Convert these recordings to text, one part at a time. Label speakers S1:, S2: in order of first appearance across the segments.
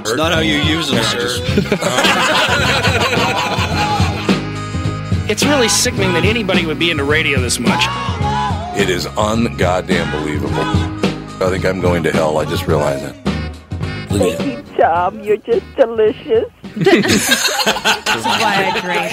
S1: It's not how you use them, sir.
S2: It's really sickening that anybody would be into radio this much.
S3: It is ungoddamn believable. I think I'm going to hell. I just realized it. Look at
S4: Tom, you're just delicious.
S5: This is why I drink.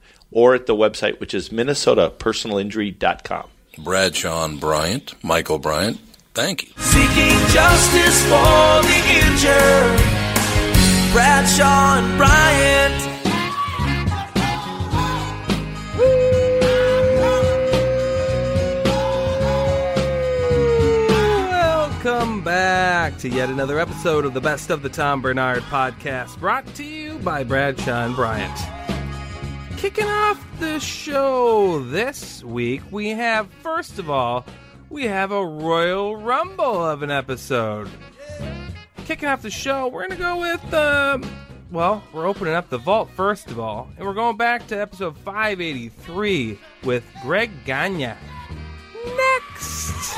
S6: or at the website, which is minnesotapersonalinjury.com.
S3: Brad Sean Bryant, Michael Bryant. Thank you.
S7: Seeking justice for the injured. Bradshaw and Bryant.
S8: Welcome back to yet another episode of the Best of the Tom Bernard podcast, brought to you by Bradshaw and Bryant. Kicking off the show this week, we have, first of all, we have a Royal Rumble of an episode. Kicking off the show, we're going to go with, um, well, we're opening up the vault, first of all, and we're going back to episode 583 with Greg Gagne. Next!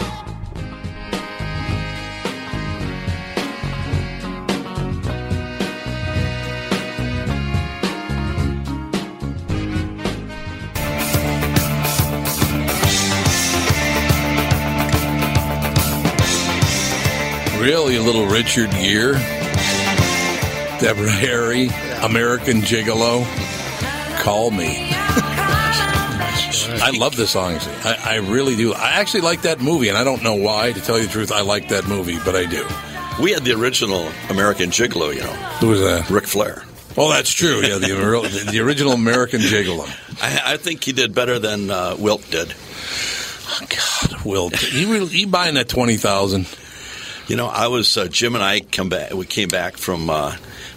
S3: Really, little Richard Gere, Deborah Harry, American Gigolo. Call me. I love this song. I, I really do. I actually like that movie, and I don't know why. To tell you the truth, I like that movie, but I do.
S1: We had the original American Gigolo, you know,
S3: Who was that?
S1: Ric Flair.
S3: Well, that's true. Yeah, the, ori- the original American Gigolo.
S1: I, I think he did better than uh, Wilt did.
S3: Oh, God, Will, he really, he buying that twenty thousand?
S1: You know, I was uh, Jim and I come back. We came back from uh,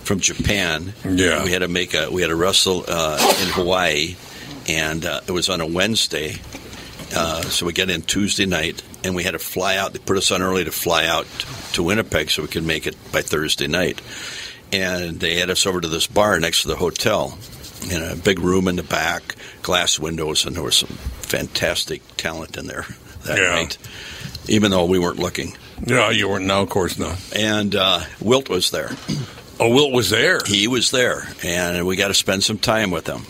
S1: from Japan.
S3: Yeah.
S1: we had to make a we had a wrestle uh, in Hawaii, and uh, it was on a Wednesday. Uh, so we got in Tuesday night, and we had to fly out. They put us on early to fly out to Winnipeg so we could make it by Thursday night. And they had us over to this bar next to the hotel, in a big room in the back, glass windows, and there was some fantastic talent in there that
S3: Yeah.
S1: night, even though we weren't looking
S3: No, you weren't. No, of course not.
S1: and uh, Wilt was there.
S3: Oh, Wilt was there.
S1: He was there, and we got to spend some time with him.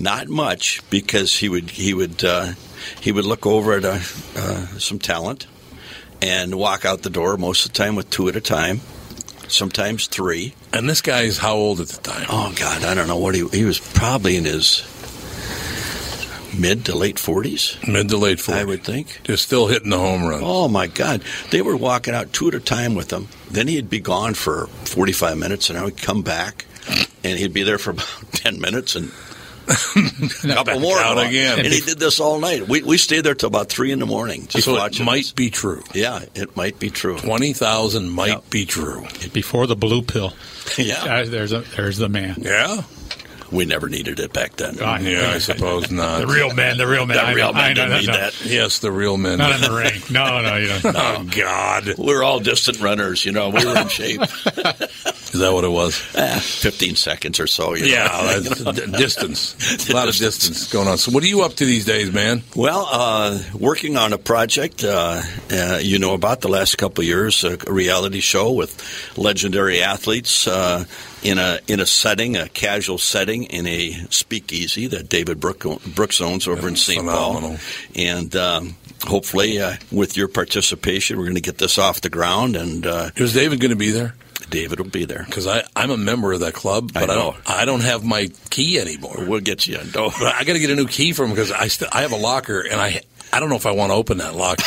S1: Not much because he would he would uh, he would look over at uh, uh, some talent and walk out the door most of the time with two at a time, sometimes three.
S3: And this guy is how old at the time?
S1: Oh God, I don't know what he he was probably in his mid to late forties,
S3: Mid to late forties.
S1: I would think.
S3: Just still hitting the home run.
S1: Oh my God! They were walking out two at a time with him. Then he'd be gone for forty-five minutes, and I would come back, and he'd be there for about ten minutes, and a couple
S3: Back
S1: more
S3: out
S1: walk.
S3: again.
S1: And he did this all night. We we stayed there till about three in the morning, just
S3: so it
S1: watching.
S3: might
S1: this.
S3: be true.
S1: Yeah, it might be true.
S3: Twenty thousand might
S1: Yep.
S3: be true.
S9: Before the blue pill,
S1: Yeah,
S9: Uh, there's a, there's the man,
S3: Yeah.
S1: we never needed it back then.
S9: I-
S3: Yeah, I suppose not.
S9: the real man, the real Oh, man.
S1: The
S9: I know-
S1: real
S9: I
S1: men
S9: know,
S1: didn't need
S9: no,
S1: that.
S3: Yes, the real men.
S9: Not in the ring. No, no, you don't.
S3: Oh God!
S1: We We're all distant runners, you know. We were in shape.
S3: Is that what it was?
S1: Ah, 15 seconds or so. you
S3: yeah,
S1: know.
S3: that's d- distance. A lot of distance going on. So, what are you up to these days, man?
S1: Well, uh, working on a project uh, uh, you know about the last couple of years, a reality show with legendary athletes uh, in a in a setting, a casual setting in a speakeasy that David Brook, Brooks owns over in St. Paul,
S3: Phenomenal.
S1: and um, hopefully uh, with your participation, we're going to get this off the ground. And uh,
S3: Is David going to be there?
S1: David will be there.
S3: Because I'm a member of that club,
S1: I
S3: but I,
S1: know.
S3: don't. I don't have my key anymore.
S1: We'll get you. No.
S3: But I got to get a new key from because I st- I have a locker and I I don't know if I want to open that locker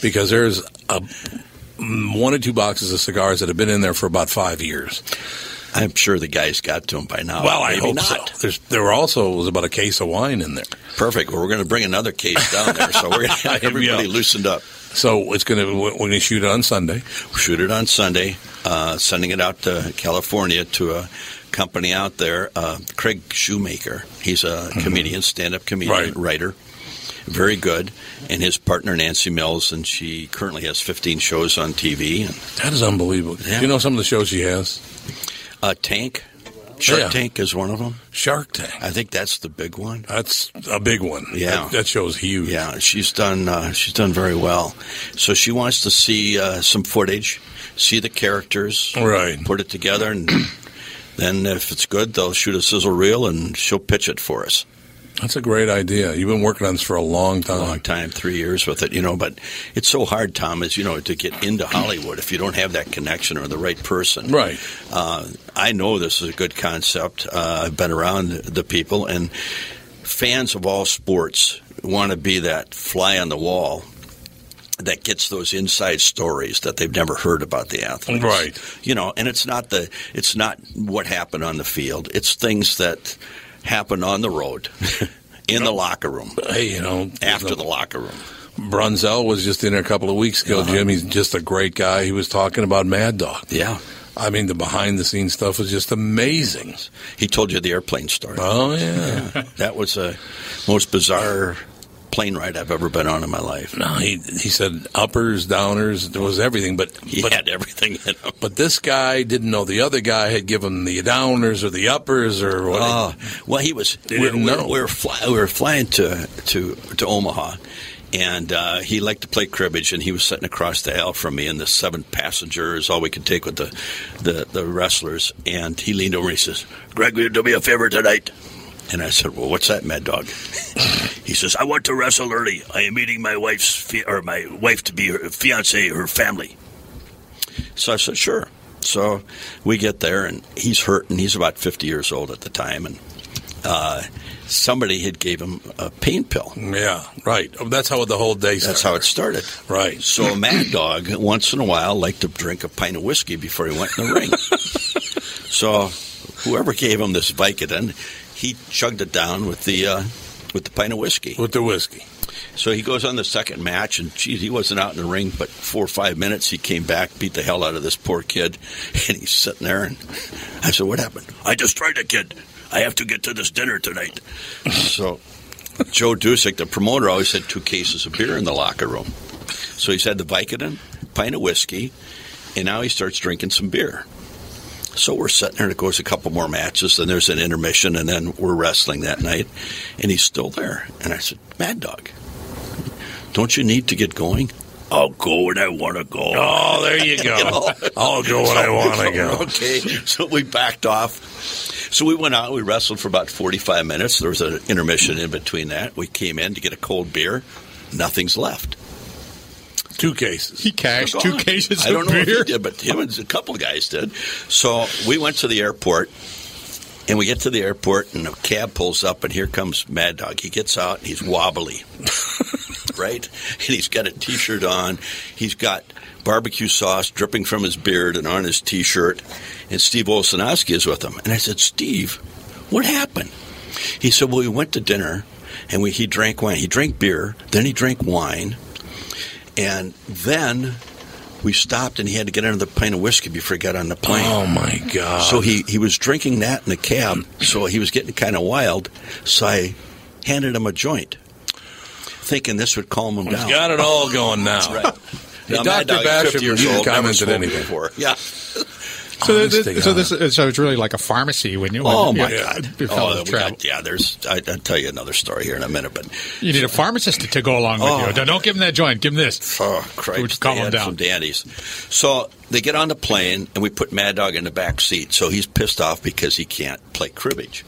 S3: because there's a mm, one or two boxes of cigars that have been in there for about five years.
S1: I'm sure the guys got to him by now.
S3: Well, I
S1: Maybe
S3: hope
S1: not.
S3: so. There's, there were also was about a case of wine in there,
S1: Perfect. Well, we're going to bring another case down there, so we're going to have
S3: Here we
S1: everybody
S3: go.
S1: loosened up.
S3: so it's gonna we're gonna shoot it on Sunday.
S1: Shoot it on Sunday, uh, sending it out to California to a company out there, uh, Craig Shoemaker. He's a comedian, stand-up comedian,
S3: Mm-hmm. Right.
S1: writer, very good. And his partner Nancy Mills, and she currently has 15 shows on TV. And,
S3: That is unbelievable.
S1: Yeah.
S3: You know some of the shows she has.
S1: uh, Tank, Shark
S3: Yeah.
S1: Tank is one of them.
S3: Shark Tank.
S1: I think that's the big one.
S3: That's a big one.
S1: Yeah.
S3: that, that show's huge.
S1: Yeah, she's done. Uh, she's done very well. So she wants to see uh, some footage, see the characters,
S3: Right.
S1: Put it together, and then if it's good, they'll shoot a sizzle reel, and she'll pitch it for us.
S3: That's a great idea. You've been working on this for a long time.
S1: A long time, three years with it, you know. But it's so hard, Tom, as you know, to get into Hollywood if you don't have that connection or the right person.
S3: Right.
S1: Uh, I know this is a good concept. Uh, I've been around the people, and fans of all sports want to be that fly on the wall that gets those inside stories that they've never heard about the athletes.
S3: Right.
S1: You know, and it's not the it's not what happened on the field. It's things that happen on the road. In the locker room,
S3: Hey, you know,
S1: after the locker room. Uh-huh.
S3: Brunzel was just in there a couple of weeks ago. Jim, he's just a great guy. He was talking about Mad Dog.
S1: Yeah.
S3: I mean, the behind the scenes stuff was just amazing.
S1: He told you the airplane story.
S3: Oh yeah.
S1: That was the most bizarre plane ride I've ever been on in my life.
S3: No, he he said uppers, downers, there was everything, but
S1: He
S3: but
S1: had everything in him.
S3: but this guy didn't know the other guy had given the downers or the uppers or what.
S1: Oh, well, he was.
S3: They
S1: we,
S3: didn't
S1: we-
S3: know.
S1: we were fly, we were flying to to to Omaha, and uh, he liked to play cribbage, and he was sitting across the aisle from me, and the seven passengers, all we could take with the the, the wrestlers, and he leaned over and he says, "Greg, will you do me a favor tonight?" And I said, "Well, what's that, Mad Dog?" he says, "I want to wrestle early. I am meeting my wife's fi- or my wife to be her fiance, her family." So I said, sure. So we get there, and he's hurt, and he's about 50 years old at the time, and uh, somebody had gave him a pain pill.
S3: yeah, right. Oh, That's how the whole day started.
S1: That's how it started.
S3: Right.
S1: So a mad dog, once in a while, liked to drink a pint of whiskey before he went in the ring. so whoever gave him this Vicodin, he chugged it down with the uh, with the pint of whiskey.
S3: with the whiskey.
S1: So he goes on the second match, and geez, he wasn't out in the ring, but four or five minutes he came back, beat the hell out of this poor kid, and he's sitting there. And I said, "What happened?" I destroyed a kid. I have to get to this dinner tonight. so Joe Dusick, the promoter, always had two cases of beer in the locker room. So he's had the Vicodin, pint of whiskey, and now he starts drinking some beer. So we're sitting there, and it goes a couple more matches, then there's an intermission, and then we're wrestling that night, and he's still there. And I said, Mad Dog, don't you need to get going? I'll go when I want to go.
S3: Oh, there you go. I'll go when I want to go.
S1: Okay, so we backed off. So we went out, we wrestled for about 45 minutes. There was an intermission in between that. We came in to get a cold beer. Nothing's left.
S3: Two cases.
S9: He cashed
S1: They're
S9: two
S1: gone.
S9: cases
S1: I don't
S9: of
S1: know
S9: beer.
S1: if he did, but him and a couple guys did. So we went to the airport, and we get to the airport, and a cab pulls up, and here comes Mad Dog. He gets out, and he's wobbly, right? And he's got a T-shirt on. He's got barbecue sauce dripping from his beard and on his T-shirt. And Steve Olsanowski is with him. And I said, Steve, what happened? He said, Well, we went to dinner, and we, he drank wine. He drank beer, then he drank wine. And then we stopped and he had to get another pint of whiskey before he got on the plane.
S3: Oh my God.
S1: So he, he was drinking that in the cab, so he was getting kind of wild. So I handed him a joint, thinking this would calm him down.
S3: He's got it all going now.
S1: That's right.
S3: Hey,
S1: Now, my
S3: Dr.
S1: dog is 50
S3: Basham,
S1: years
S3: you
S1: old, never
S3: commented
S1: smoked
S3: anything.
S1: before. Yeah.
S9: So,
S1: Honest
S9: this,
S1: to
S9: so
S1: God.
S9: this is- so it's really like a pharmacy when you. When,
S1: Oh my
S9: yeah,
S1: God!
S9: you follow
S1: Oh,
S9: the
S1: we
S9: travel.
S1: got, yeah, there's. I, I'll tell you another story here in a minute, but
S9: You need a pharmacist to, to go along with
S1: Oh.
S9: you. Don't- Don't give him that joint. Give him this.
S1: Oh, Christ.
S9: Which calm
S1: they
S9: him
S1: had
S9: down.
S1: Some dandies. So they get on the plane, and we put Mad Dog in the back seat. So he's pissed off because he can't play cribbage.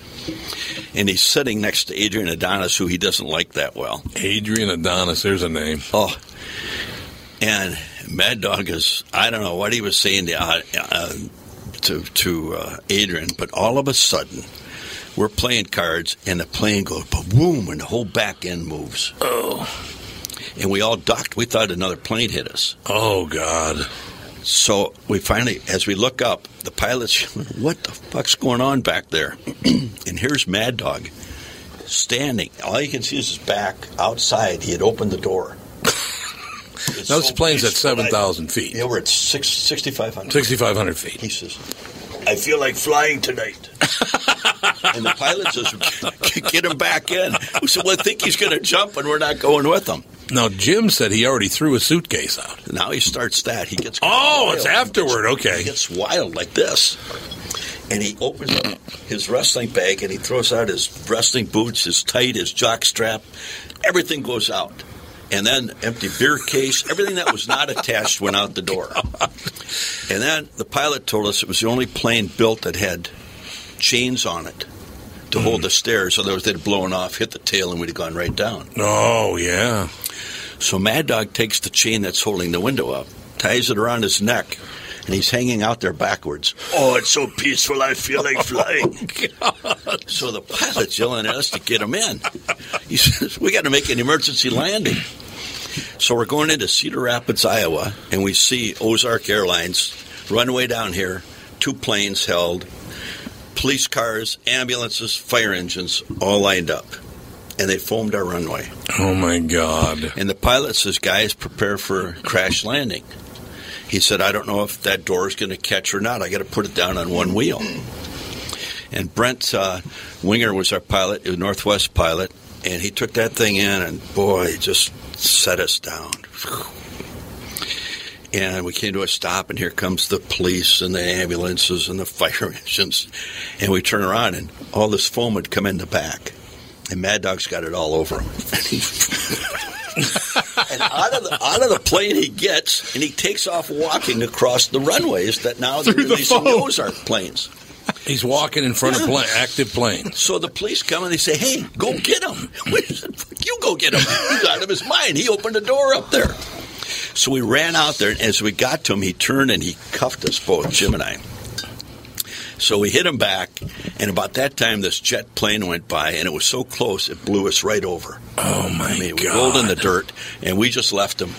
S1: And he's sitting next to Adrian Adonis, who he doesn't like that well.
S3: Adrian Adonis, there's a name.
S1: Oh. And Mad Dog is, I don't know what he was saying to, uh, uh, to, to uh, Adrian, but all of a sudden, we're playing cards, and the plane goes boom, and the whole back end moves. Oh. And we all ducked. We thought another plane hit us.
S3: Oh, God.
S1: So we finally, as we look up, the pilot's, what the fuck's going on back there? and here's Mad Dog standing. All you can see is his back outside. He had opened the door. It's
S3: Those
S1: so
S3: planes at
S1: peaceful. I-
S3: 7,000 feet.
S1: Yeah, we're at six- 6,500.
S3: 6,500 feet.
S1: He says, I feel like flying tonight. and the pilot says, Get him back in. We said, Well, I think he's going to jump, and we're not going with him.
S3: Now, Jim said he already threw a suitcase out.
S1: Now he starts that. He gets.
S3: Oh, it's
S1: wild.
S3: afterward. Okay.
S1: He gets wild like this. And he opens up his wrestling bag and he throws out his wrestling boots, his tight, his jock strap. Everything goes out. And then empty beer case, everything that was not attached went out the door. And then the pilot told us it was the only plane built that had chains on it to hold
S3: Hmm.
S1: the stairs. Otherwise, they'd have blown off, hit the tail, and we'd have gone right down.
S3: Oh, yeah.
S1: So Mad Dog takes the chain that's holding the window up, ties it around his neck, and he's hanging out there backwards. Oh, it's so peaceful, I feel like flying.
S3: Oh,
S1: so the pilot's yelling at us to get him in. He says, We got to make an emergency landing. So we're going into Cedar Rapids, Iowa, and we see Ozark Airlines runway down here, two planes held, police cars, ambulances, fire engines all lined up. And they foamed our runway.
S3: Oh, my God.
S1: And the pilot says, Guys, prepare for crash landing. He said, I don't know if that door is going to catch or not. I got to put it down on one wheel. And Brent uh, Winger was our pilot, a Northwest pilot, and he took that thing in, and boy, it just set us down. And we came to a stop, and here comes the police and the ambulances and the fire engines. And we turn around, and all this foam had come in the back. And Mad Dog's got it all over him. and out of, the, out of the plane he gets, and he takes off walking across the runways that now they're
S9: Through the
S1: releasing the
S9: foam.
S1: Ozark planes.
S3: He's walking in front of pla- active planes.
S1: So the police come and they say, "Hey, go get him!" We said, "Fuck you, go get him!" He's out of his mind. He opened the door up there. So we ran out there, and as we got to him, he turned and he cuffed us both, Jim and I. So we hit him back, and about that time, this jet plane went by, and it was so close it blew us right over.
S3: Oh, my
S1: I mean, we
S3: God.
S1: rolled in the dirt, and we just left him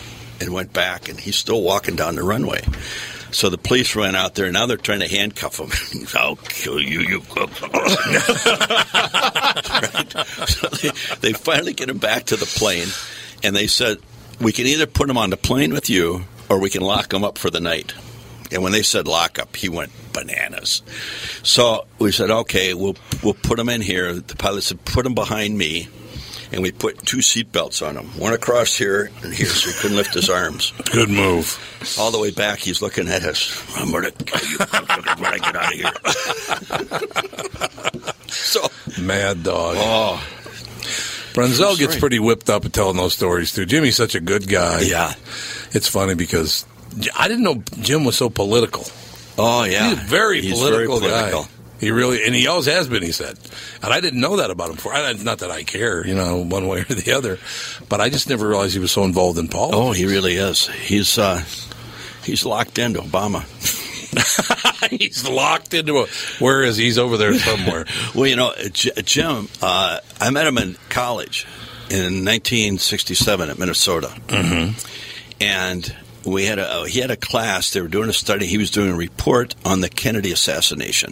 S1: and went back, and he's still walking down the runway. So the police ran out there, and now they're trying to handcuff him. I'll kill you, you. right? So they, they finally get him back to the plane, and they said, "We can either put him on the plane with you, or we can lock him up for the night." And when they said lock up, he went bananas. So we said, "Okay, we'll we'll put him in here." The pilot said, "Put him behind me." and we put two seat belts on him, one across here and here, so he couldn't lift his arms.
S3: Good move.
S1: All the way back, he's looking at us. I'm gonna kill you motherfuckers, when I get out of here. so,
S3: Mad dog.
S1: oh
S3: Bronzel
S1: that's
S3: gets
S1: right.
S3: pretty whipped up at telling those stories, too. Jimmy's such a good guy.
S1: yeah,
S3: It's funny because J- I didn't know Jim was so political.
S1: oh yeah,
S3: He's a very
S1: He's
S3: political,
S1: very political.
S3: guy. He really, and he always has been. He said, and I didn't know that about him before. I, not that I care, you know, one way or the other, but I just never realized he was so involved in politics.
S1: Oh, he really is. He's uh, he's locked into Obama.
S3: he's locked into a. Where is he? he's over there somewhere?
S1: Well, you know, J- uh, Jim, uh, I met him in college in 1967 at Minnesota, mm-hmm. and we had a he had a class. They were doing a study. He was doing a report on the Kennedy assassination,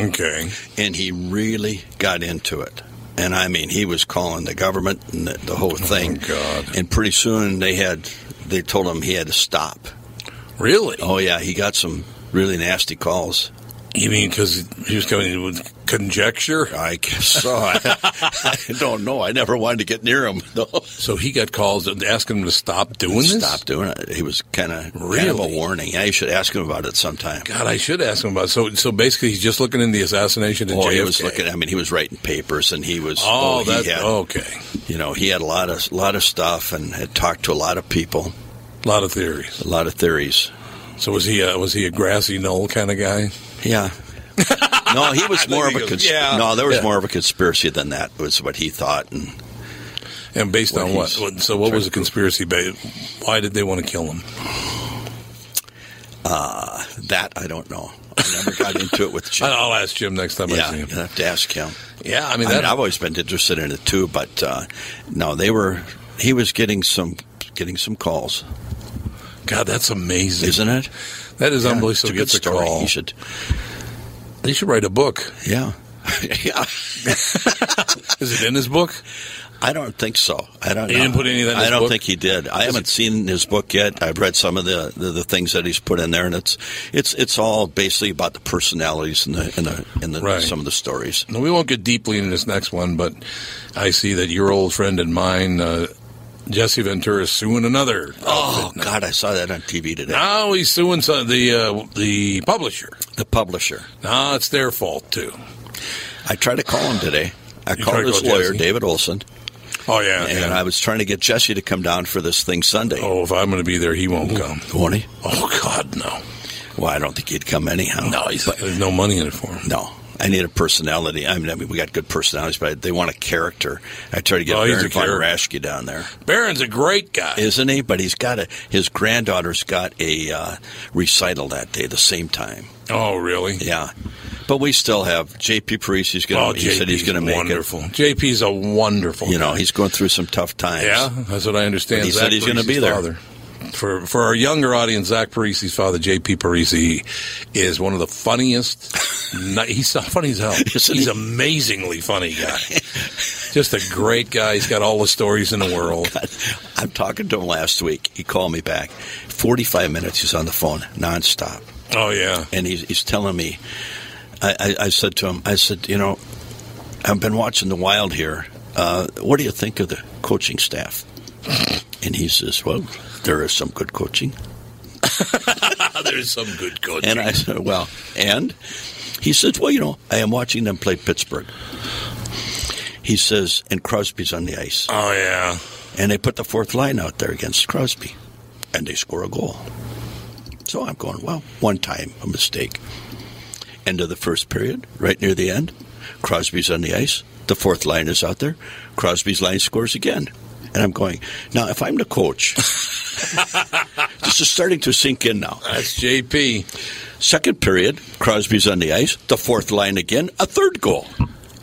S3: okay,
S1: and he really got into it. And I mean, he was calling the government and the, the whole thing.
S3: Oh, God.
S1: And pretty soon they had they told him he had to stop.
S3: really?
S1: Oh yeah, he got some really nasty calls.
S3: You mean because he was coming in with conjecture?
S1: I guess so. I, I don't know. I never wanted to get near him. No.
S3: So he got calls asking him to stop doing this?
S1: Stop doing it. He was kind of kind of a
S3: Really?
S1: warning. Yeah, you should ask him about it sometime.
S3: God, I should ask him about. So, so basically, he's just looking in the assassination of
S1: Oh,
S3: JFK.
S1: he was looking. I mean, he was writing papers, and he was.
S3: Oh,
S1: he
S3: that-
S1: had-
S3: okay.
S1: You know, he had a lot of lot of stuff, and had talked to a lot of people,
S3: a lot of theories.
S1: a lot of theories.
S3: So was he? uh, A, was he a grassy knoll kind of guy?
S1: Yeah. No, he was more of
S3: he
S1: a
S3: goes,
S1: cons-
S3: "Yeah."
S1: no. There was
S3: Yeah.
S1: more of a conspiracy than that. Was what he thought, and
S3: And based
S1: What
S3: on what?
S1: he's-
S3: What- So what was the conspiracy? Ba- why did they want to kill him?
S1: uh, that I don't know. I never got into it with Jim.
S3: I- I'll ask Jim next time I
S1: Yeah,
S3: see
S1: you
S3: him.
S1: have to ask him.
S3: Yeah, I
S1: I
S3: mean that.
S1: have always been interested in it too, but uh, no, they were. He was getting some getting some calls,
S3: God, that's amazing,
S1: isn't it?
S3: That is
S1: Yeah,
S3: unbelievable.
S1: it's a
S3: So
S1: good
S3: gets a
S1: story.
S3: call.
S1: You should,
S3: They should write a book.
S1: yeah, yeah.
S3: Is it in his book?
S1: I don't think so. I don't.
S3: He
S1: know.
S3: didn't put any of that in
S1: I
S3: his
S1: don't
S3: book?
S1: think he did. I haven't seen his book yet. I've read some of the, the, the things that he's put in there, and it's it's it's all basically about the personalities and the and the, and the
S3: Right.
S1: some of the stories.
S3: No, we won't get deeply into this next one, but I see that your old friend and mine, uh, Jesse Ventura, is suing another.
S1: Oh God, I saw that on TV today.
S3: Now he's suing some, the uh, the publisher.
S1: The publisher.
S3: Now it's their fault too.
S1: I tried to call him today. I
S3: You
S1: called
S3: tried to
S1: his
S3: call
S1: lawyer,
S3: Jesse?
S1: David Olson,
S3: Oh yeah,
S1: and I was trying to get Jesse to come down for this thing Sunday. Mm-hmm.
S3: oh, if I'm going to be there, he won't come.
S1: Won't he?
S3: Oh God, no,
S1: Well, I don't think he'd come anyhow.
S3: no, he's, there's no money in it for him.
S1: No. I need a personality. I mean, I mean, we got good personalities, but they want a character. I tried to get
S3: Oh, he's
S1: Baron
S3: a
S1: von
S3: character.
S1: Raschke down there,
S3: Barron's a great guy.
S1: isn't he? But he's got a his granddaughter's got a uh, recital that day, the same time.
S3: oh really?
S1: Yeah, but we still have J.P. Parisi's going.
S3: oh,
S1: to he said he's going to make
S3: wonderful. JP's a wonderful.
S1: it. You know,
S3: guy.
S1: he's going through some tough times.
S3: Yeah, that's what I understand.
S1: But he
S3: Zach
S1: said he's gonna be
S3: Parisi's
S1: there.
S3: Father. For for our younger audience, Zach Parisi's father, J.P. Parisi, is one of the funniest. ni- he's funny as hell.
S1: Isn't
S3: he's
S1: he?
S3: amazingly funny guy. Just a great guy. He's got all the stories in the world.
S1: I'm talking to him last week. He called me back. 45 minutes. He's on the phone nonstop.
S3: Oh yeah.
S1: and he's, he's telling me, I, I, I said to him, I said, you know, I've been watching the Wild here. Uh, what do you think of the coaching staff? And he says, well, there is some good coaching.
S3: There's some good coaching.
S1: And I said, well, and he says, well, you know, I am watching them play Pittsburgh. He says, and Crosby's on the ice.
S3: oh yeah.
S1: And they put the fourth line out there against Crosby, and they score a goal. So I'm going, well, one time, a mistake. End of the first period, right near the end, Crosby's on the ice. The fourth line is out there. Crosby's line scores again. And I'm going, now, if I'm the coach, this is starting to sink in now.
S3: That's J.P.
S1: Second period, Crosby's on the ice. The fourth line again, a third goal.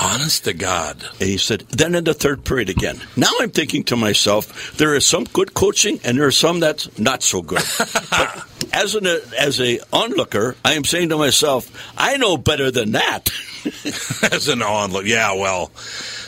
S3: Honest to God.
S1: And he said, then in the third period again. Now I'm thinking to myself, there is some good coaching and there are some that's not so good. but as an as a onlooker, I am saying to myself, I know better than that.
S3: As an onlooker. Yeah. Well.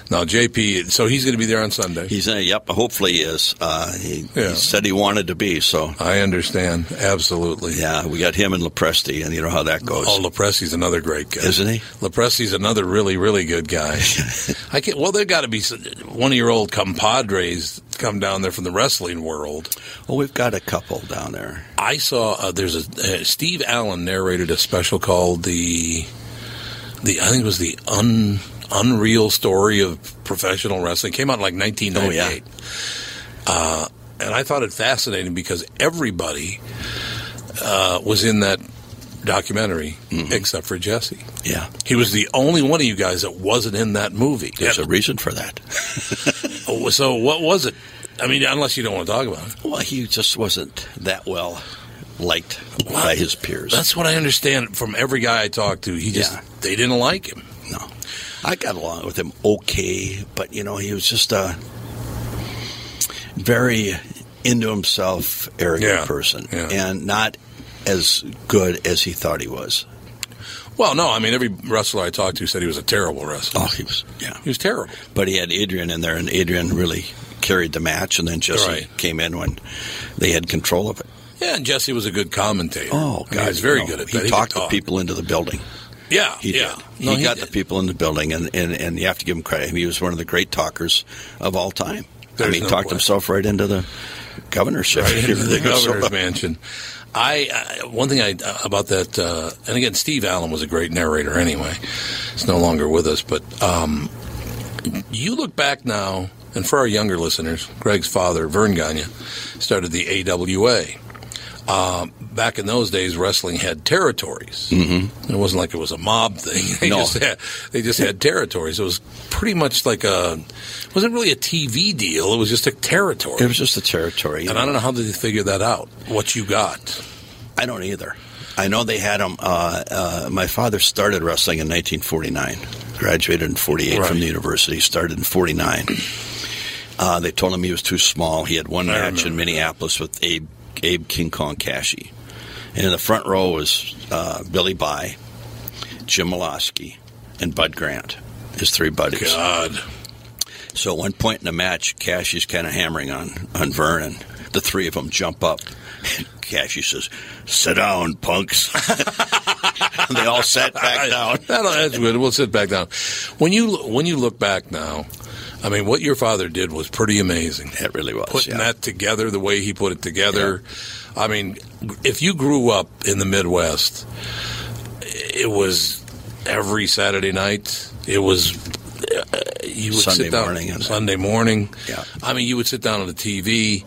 S3: Now J.P. So he's going to be there on Sunday.
S1: He's uh, yep, hopefully he is. Uh, he,
S3: Yeah.
S1: he said he wanted to be, so
S3: I understand absolutely.
S1: yeah, we got him and Lepresti, and you know how that goes.
S3: Oh, Lepresti's another great guy,
S1: Isn't he?
S3: Lepresti's another really, really good guy. I can't. Well, there got to be s- one of your old compadres come down there from the wrestling world.
S1: Well, we've got a couple down there.
S3: I saw uh, there's a uh, Steve Allen narrated a special called the the I think it was the un unreal story of professional wrestling. It came out
S1: Oh,
S3: in like 1998. Uh, and I thought it fascinating because everybody uh, was in that documentary except for Jesse.
S1: Mm-hmm. Yeah,
S3: He was the only one of you guys that wasn't in that movie.
S1: there's a reason for that.
S3: Oh, So what was it? I mean, unless you don't want to talk about it.
S1: Well, he just wasn't that well liked by his peers.
S3: That's what I understand from every guy I talked to. He just
S1: Yeah.
S3: they didn't like him.
S1: No. I got along with him okay, but you know, he was just a very into himself, arrogant
S3: Yeah,
S1: person
S3: yeah.
S1: and not as good as he thought he was.
S3: Well, no, I mean every wrestler I talked to said he was a terrible wrestler.
S1: Oh, he was, yeah.
S3: He was terrible.
S1: But he had Adrian in there, and Adrian really carried the match, and then Jesse
S3: Right.
S1: came in when they had control of it.
S3: Yeah, and Jesse was a good commentator.
S1: Oh, God.
S3: he was very
S1: no.
S3: good at
S1: He
S3: that. could
S1: talked
S3: talk.
S1: the people into the building.
S3: Yeah,
S1: he
S3: yeah.
S1: did.
S3: No,
S1: he,
S3: he
S1: got
S3: did.
S1: the people in the building, and, and, and you have to give him credit. He was one of the great talkers of all time. I
S3: There's
S1: mean,
S3: no
S1: talked
S3: question.
S1: himself right into the governorship.
S3: right into the
S1: He was so-
S3: governor's mansion. I, I one thing I about that, uh, and again, Steve Allen was a great narrator. Anyway, he's no longer with us, but um, you look back now, and for our younger listeners, Greg's father, Vern Gagne, started the AWA. Um, back in those days, wrestling had territories. It wasn't like it was a mob thing. They
S1: No.
S3: just had they just had territories. It was pretty much like a it wasn't really a TV deal. It was just a territory.
S1: It was just a territory.
S3: And I don't know how did they figure that out. What you got?
S1: I don't either. I know they had him. Uh, uh, my father started wrestling in 1949, graduated in 48
S3: Right.
S1: from the university, started in 49. Uh, they told him he was too small. He had one
S3: I
S1: match in
S3: remember.
S1: Minneapolis with Abe, Abe King Kong Cashy. And in the front row was uh, Billy By, Jim Malosky, and Bud Grant, his three buddies.
S3: God,
S1: So at one point in the match, Cassie's kind of hammering on, on Vernon. The three of them jump up. Cassie says, Sit down, punks. and they all sat back down.
S3: That'll- that's good. We'll sit back down. When you when you look back now, I mean, what your father did was pretty amazing.
S1: It really was.
S3: Putting
S1: yeah.
S3: that together, the way he put it together. I mean, if you grew up in the Midwest, it was every Saturday night. It was. uh, You would
S1: Sunday
S3: sit down
S1: morning and-
S3: Sunday morning.
S1: Yeah.
S3: I mean, you would sit down on the TV.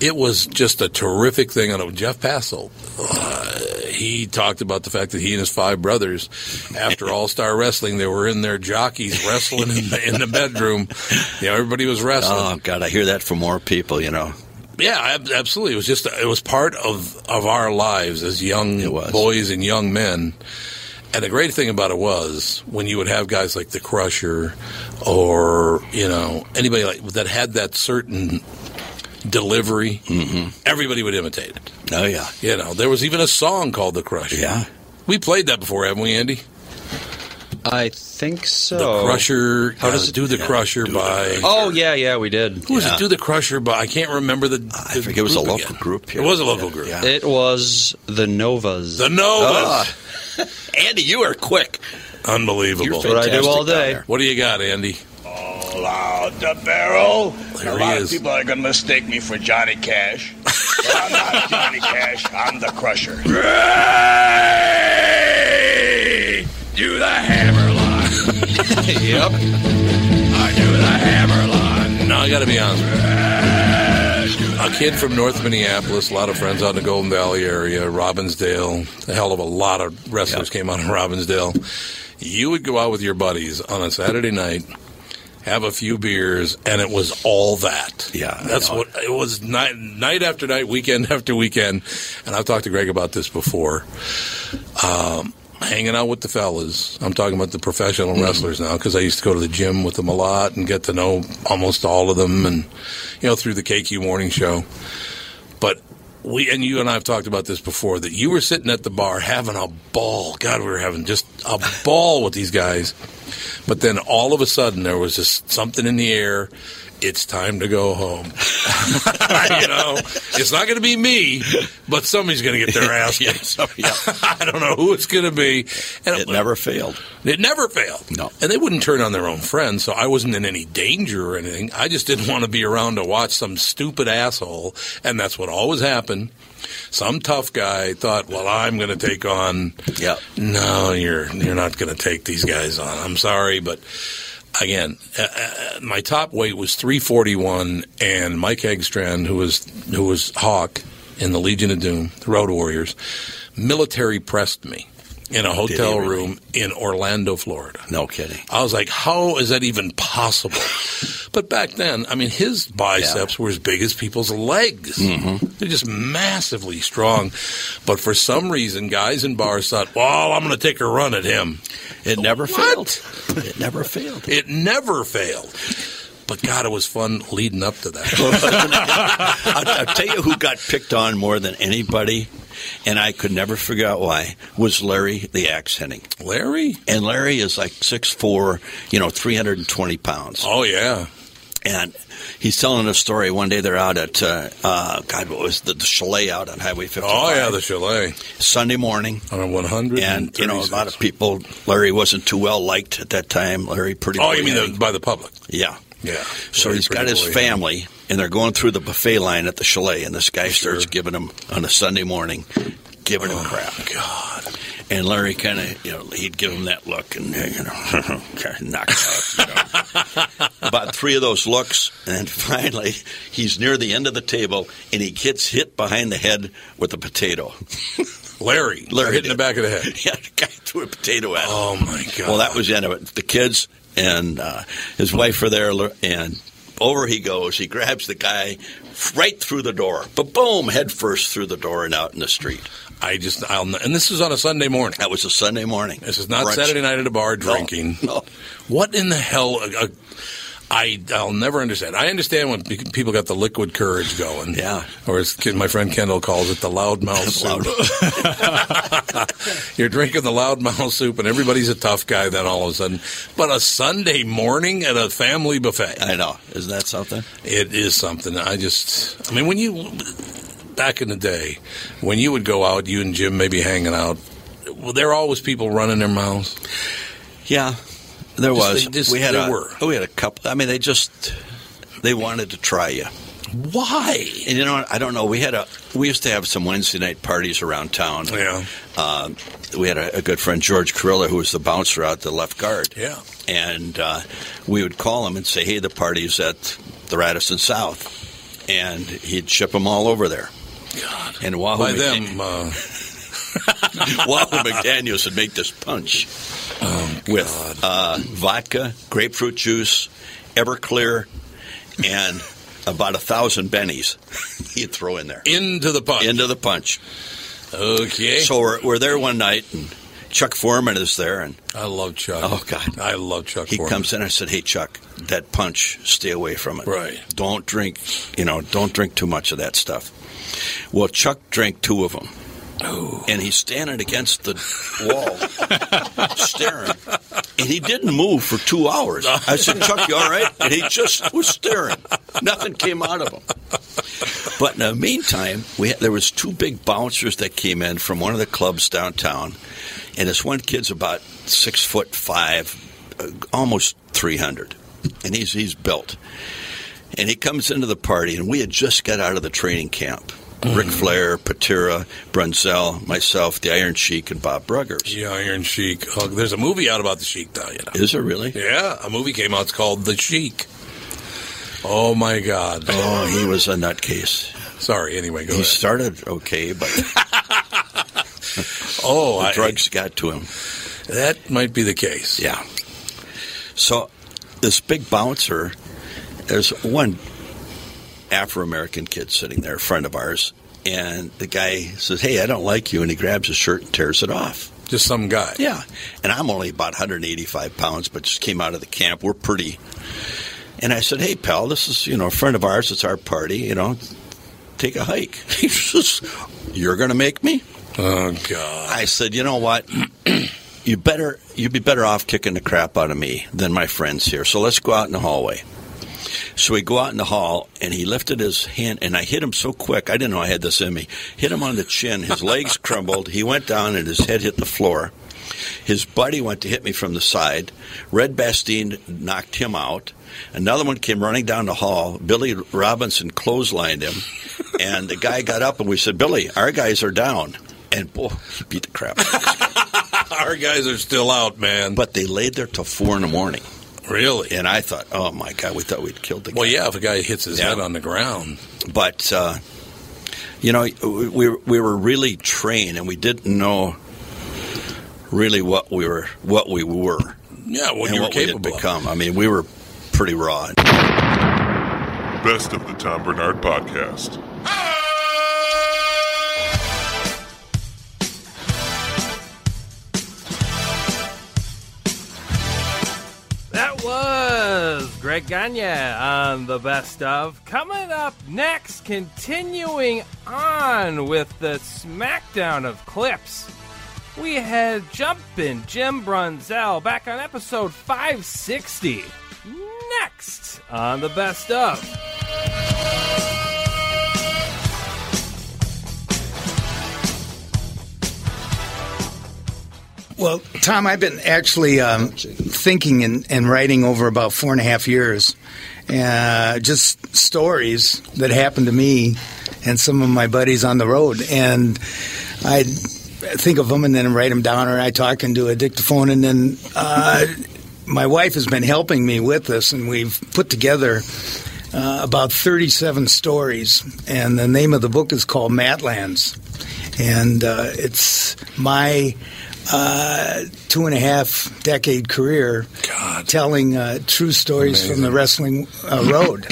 S3: It was just a terrific thing. On Jeff Passel, uh, he talked about the fact that he and his five brothers, after All Star Wrestling, they were in their jockeys wrestling in the, in the bedroom. You know, everybody was wrestling.
S1: Oh, God, I hear that from more people, you know.
S3: Yeah, ab- absolutely. It was just it was part of of our lives as young
S1: It was.
S3: boys and young men. And the great thing about it was when you would have guys like the Crusher, or you know anybody like that had that certain delivery, everybody would imitate it.
S1: Mm-hmm. Oh, yeah.
S3: You know, there was even a song called the Crusher.
S1: Yeah.
S3: we played that before, haven't we, Andy?
S10: I think so.
S3: The Crusher.
S10: How
S3: uh,
S10: does it-
S3: do the
S1: yeah,
S3: Crusher
S1: Do the
S3: by?
S10: Oh yeah, yeah, we did.
S3: Who was
S1: Yeah.
S3: it? Do the Crusher by? I can't remember the.
S1: I
S3: the
S1: think it was a
S3: group
S1: local
S3: again.
S1: group here.
S3: It was a local group.
S1: Yeah. Ah.
S10: It was the Novas.
S3: The Novas.
S1: Andy, you are quick.
S3: Unbelievable.
S10: That's what I do all day.
S3: What do you got, Andy?
S11: All out the barrel. a
S3: There he
S11: lot
S3: is.
S11: of people are going to mistake me for Johnny Cash. But I'm not Johnny Cash. I'm the Crusher. Do the hammer line.
S10: yep.
S11: I do the hammer line.
S3: No, I got to be honest. with you. A kid from North Minneapolis, a lot of friends out in the Golden Valley area, Robbinsdale. A hell of a lot of wrestlers came out of Robbinsdale. You would go out with your buddies on a Saturday night, have a few beers, and it was all that.
S1: Yeah, I
S3: that's
S1: know.
S3: what it was. Night, night after night, weekend after weekend, and I've talked to Greg about this before. Um, hanging out with the fellas. I'm talking about the professional
S1: Mm-hmm.
S3: wrestlers now because I used to go to the gym with them a lot and get to know almost all of them, and you know through the KQ morning show. But we and you and I have talked about this before that you were sitting at the bar having a ball. God, we were having just a ball with these guys. But then all of a sudden there was just something in the air. It's time to go home. you know, it's not going to be me, but somebody's going to get their ass kicked.
S1: yeah.
S3: I don't know who it's going to be. And
S1: It never failed.
S3: it never failed.
S1: No.
S3: And they wouldn't turn on their own friends, so I wasn't in any danger or anything. I just didn't want to be around to watch some stupid asshole, and that's what always happened. Some tough guy thought, "Well, I'm going to take on."
S1: Yeah.
S3: No, you're you're not going to take these guys on. I'm sorry, but again, uh, uh, my top weight was 341, and Mike Eggstrand, who was who was Hawk in the Legion of Doom, the Road Warriors, military pressed me in a
S1: he
S3: hotel
S1: really?
S3: room in Orlando, Florida.
S1: No kidding.
S3: I was like, how is that even possible? but back then, I mean, his biceps were as big as people's legs. They're just massively strong. But for some reason, guys in bars thought, well, I'm going to take a run at him.
S1: It never
S3: What?
S1: failed. It never failed.
S3: It never failed. But God, it was fun leading up to that.
S1: I'll, I'll tell you who got picked on more than anybody, and I could never figure out why, was Larry the Axe Henning.
S3: Larry?
S1: And Larry is like 6'4", you know, 320 pounds.
S3: Oh, yeah.
S1: And he's telling a story. One day they're out at, uh, uh, God, what was the, the chalet out on Highway 55?
S3: Oh, yeah, the chalet.
S1: Sunday morning.
S3: On a 100.
S1: And, you know, a lot of people, Larry wasn't too well liked at that time. Larry pretty
S3: Oh, you mean
S1: boy-headed.
S3: the, by the public?
S1: Yeah.
S3: Yeah.
S1: So he's got his family, and they're going through the buffet line at the chalet, and this guy starts giving him on a Sunday morning, giving him crap. God. And Larry kind of, you know, he'd give him that look, and you know, kind of knock out. You know. About three of those looks, and then finally he's near the end of the table, and he gets hit behind the head with a potato.
S3: Larry,
S1: Larry
S3: hit in the
S1: did.
S3: back of the head.
S1: Yeah, the guy threw a potato at him.
S3: Oh my god!
S1: Well, that was the end of it. The kids and uh, his wife were there, and over he goes. He grabs the guy right through the door, but boom, head first through the door and out in the street.
S3: I just, I'll, and this is on a Sunday morning.
S1: That was a Sunday morning.
S3: This is not
S1: Brunch.
S3: Saturday night at a bar
S1: No,
S3: drinking.
S1: no.
S3: What in the hell? Uh, uh, I I'll never understand. I understand when pe- people got the liquid courage going.
S1: Yeah.
S3: Or as kid- my friend Kendall calls it, the loud mouth soup. You're drinking the loud mouth soup, and everybody's a tough guy. Then all of a sudden, but a Sunday morning at a family buffet.
S1: I know. Isn't that something?
S3: It is something. I just, I mean, when you, back in the day, when you would go out, you and Jim maybe hanging out, well, there were always people running their mouths.
S1: Yeah, there
S3: Just-
S1: was.
S3: they just-
S1: we had
S3: there
S1: a,
S3: were.
S1: We had a couple. I mean, they just they wanted to try you.
S3: Why?
S1: And you know, what? I don't know. We had a we used to have some Wednesday night parties around town.
S3: Yeah.
S1: Um, we had a, a good friend George Carilla, who was the bouncer out the left guard.
S3: Yeah.
S1: And uh, we would call him and say, "Hey, the party's at the Radisson South," and he'd ship them all over there. God. And Wahoo,
S3: By
S1: Mc-
S3: them, uh,
S1: Wahoo McDaniels would make this punch
S3: Oh,
S1: with uh, vodka, grapefruit juice, Everclear, and about a thousand bennies. He'd throw in there
S3: into the punch.
S1: into the punch.
S3: okay.
S1: So we're, we're there one night, and Chuck Foreman is there, and
S3: I love Chuck.
S1: Oh, God.
S3: I love Chuck.
S1: he
S3: Foreman.
S1: comes in. I said, "Hey, Chuck, that punch, stay away from it.
S3: Right.
S1: Don't drink. You know, don't drink too much of that stuff." Well, Chuck drank two of them. And he's standing against the wall, staring. And he didn't move for two hours. I said, Chuck, you all right? And he just was staring. Nothing came out of him. But in the meantime, we had, there was two big bouncers that came in from one of the clubs downtown, and this one kid's about six foot five, uh, almost three hundred, and he's he's built, and he comes into the party, and we had just got out of the training camp. Rick Flair, Patera, Brunzel, myself, the Iron Sheik, and Bob Bruggers.
S3: The Iron Sheik. Oh, there's a movie out about the Sheik now, you know.
S1: Is it really?
S3: Yeah, a movie came out. It's called The Sheik. Oh, my God.
S1: Oh, he was a nutcase.
S3: Sorry, anyway, go
S1: He
S3: ahead.
S1: started okay, but
S3: Oh, I,
S1: drugs got to him.
S3: that might be the case.
S1: Yeah. So this big bouncer, there's one Afro American kid sitting there, a friend of ours, and the guy says, Hey, I don't like you. And he grabs his shirt and tears it off.
S3: Just some guy.
S1: Yeah. And I'm only about 185 pounds, but just came out of the camp. We're pretty. And I said, Hey, pal, this is, you know, a friend of ours. It's our party, you know, take a hike. He says, You're going to make me?
S3: Oh, God.
S1: I said, you know what? you better you'd be better off kicking the crap out of me than my friends here. So let's go out in the hallway. So we go out in the hall, and he lifted his hand, and I hit him so quick. I didn't know I had this in me. Hit him on the chin. His legs crumbled. He went down, and his head hit the floor. His buddy went to hit me from the side. Red Bastine knocked him out. Another one came running down the hall. Billy Robinson clotheslined him, and the guy got up, and we said, "Billy, our guys are down." And boy, he beat the crap. out of us.
S3: Our guys are still out, man.
S1: But they laid there till four in the morning,
S3: really?
S1: and I thought, "Oh my God, we thought we'd killed the guy."
S3: Well, yeah, if a guy hits his
S1: Yeah.
S3: head on the ground.
S1: but uh, you know, we we were really trained, and we didn't know really what we were, what we were,
S3: Yeah, what
S1: and
S3: you were
S1: what
S3: capable
S1: we had
S3: of.
S1: become. I mean, we were pretty raw.
S12: Best of the Tom Bernard Podcast.
S8: That was Greg Gagne on the best of. Coming up next, continuing on with the SmackDown of clips, we had Jumpin' Jim Brunzel back on episode 560. Next. next on the best of.
S13: Well, Tom, I've been actually um, thinking and, and writing over about four and a half years, uh, just stories that happened to me and some of my buddies on the road, and I think of them and then write them down, or I talk into a dictaphone, and then uh, my wife has been helping me with this, and we've put together. Uh, about 37 stories, and the name of the book is called Matlands, and uh, it's my uh, two and a half decade career telling uh, true stories from the wrestling uh, road.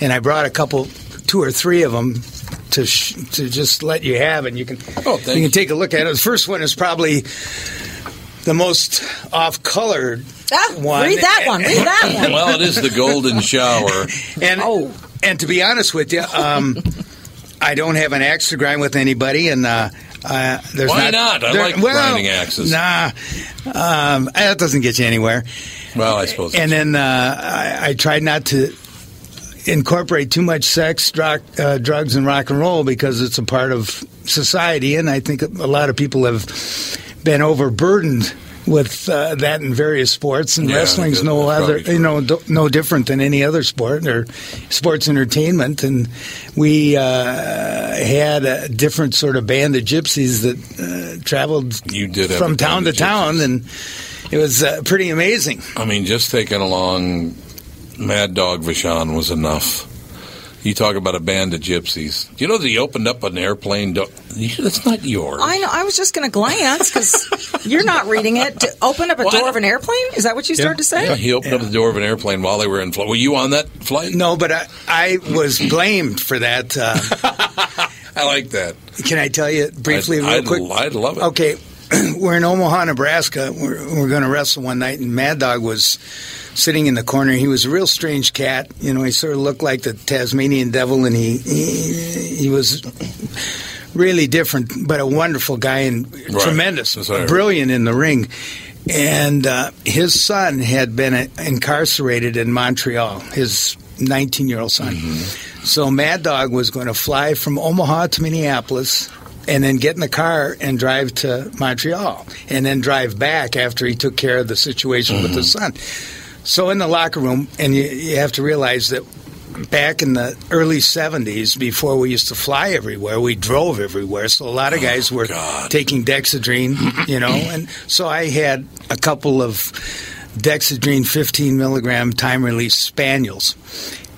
S13: and I brought a couple, two or three of them to sh- to just let you have, and you can oh, you can take a look at it. The first one is probably the most off colored one.
S14: read that one, read that one.
S3: Well, it is the golden shower.
S13: and and to be honest with you, um, I don't have an axe to grind with anybody, and uh, uh, there's
S3: Why not? I like grinding axes.
S13: Nah, um, that doesn't get you anywhere.
S3: Well, I suppose.
S13: And then uh, I, I tried not to incorporate too much sex, drug, uh, drugs, and rock and roll because it's a part of society, and I think a lot of people have been overburdened with uh, that in various sports, and
S3: Yeah,
S13: wrestling's
S3: that-
S13: no
S3: that's
S13: other,
S3: probably true.
S13: you know, d- no different than any other sport or sports entertainment. And we uh, had a different sort of band of gypsies that uh, traveled
S3: You did have
S13: from
S3: a
S13: town
S3: band
S13: to
S3: of
S13: town, and it was uh, pretty amazing.
S3: I mean, just taking along Mad Dog Vachon was enough. You talk about a band of gypsies. Do you know that he opened up an airplane door? That's not yours.
S14: I know. I was just going to glance because you're not reading it. To open up a door of an airplane? Is that what you started to say?
S3: Yeah, he opened up the door of an airplane while they were in flight. Were you on that flight?
S13: No, but I, I was blamed for that. Uh,
S3: I like that.
S13: Can I tell you briefly,
S3: I'd-
S13: real
S3: I'd-
S13: quick?
S3: I'd love it.
S13: Okay, we're in Omaha, Nebraska. We're, we're going to wrestle one night, and Mad Dog was sitting in the corner. He was a real strange cat. You know, he sort of looked like the Tasmanian devil, and he he, he was really different, but a wonderful guy and
S3: Right.
S13: tremendous,
S3: That's what I heard.
S13: brilliant in the ring. And uh, his son had been uh, incarcerated in Montreal. His 19 year old son.
S3: Mm-hmm.
S13: So Mad Dog was going to fly from Omaha to Minneapolis and then get in the car and drive to Montreal and then drive back after he took care of the situation with his
S3: Mm-hmm.
S13: son. So in the locker room, and you, you have to realize that back in the early 70s, before we used to fly everywhere, we drove everywhere. So a lot of guys were taking Dexedrine, you know. And so I had a couple of Dexedrine 15 milligram time release spaniels.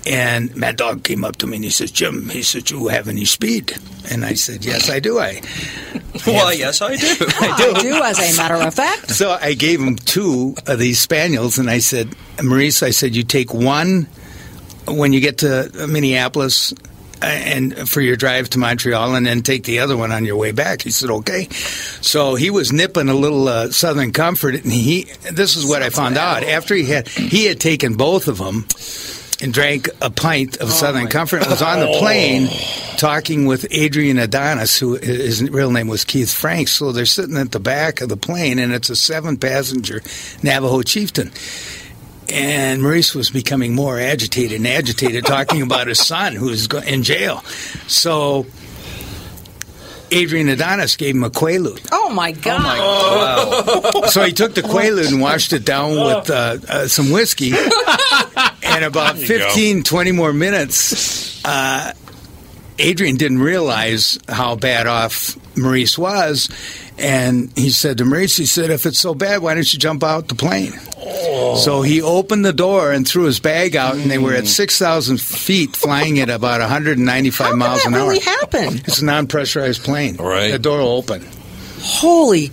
S13: And Mad Dog came up to me and he says, Jim, he said, you have any speed? And I said, yes, I do. I
S10: Well, yes, I do.
S14: I do, as a matter of fact.
S13: so I gave him two of these spaniels, and I said, Maurice, I said, you take one when you get to Minneapolis uh, and for your drive to Montreal, and then take the other one on your way back. He said, okay. So he was nipping a little uh, Southern Comfort, and he. This is what I found out after he had he had taken both of them. And drank a pint of Southern Comfort. and Was on the plane talking with Adrian Adonis, who his real name was Keith Franks. So they're sitting at the back of the plane, and it's a seven-passenger Navajo chieftain. And Maurice was becoming more agitated and agitated, talking about his son who is go- in jail. So Adrian Adonis gave him a Quaalude.
S14: Oh my god!
S13: So he took the Quaalude and washed it down with uh, uh, some whiskey. And about
S7: There you go.
S13: 15, 20 more minutes, uh, Adrian didn't realize how bad off Maurice was. And he said to Maurice, he said, if it's so bad, why don't you jump out the plane?
S3: Oh,
S13: So he opened the door and threw his bag out, and they were at 6,000 feet, flying at about 195 miles
S14: that
S13: an hour.
S14: really happened?
S13: It's a non pressurized plane. Right. The door opened.
S14: Holy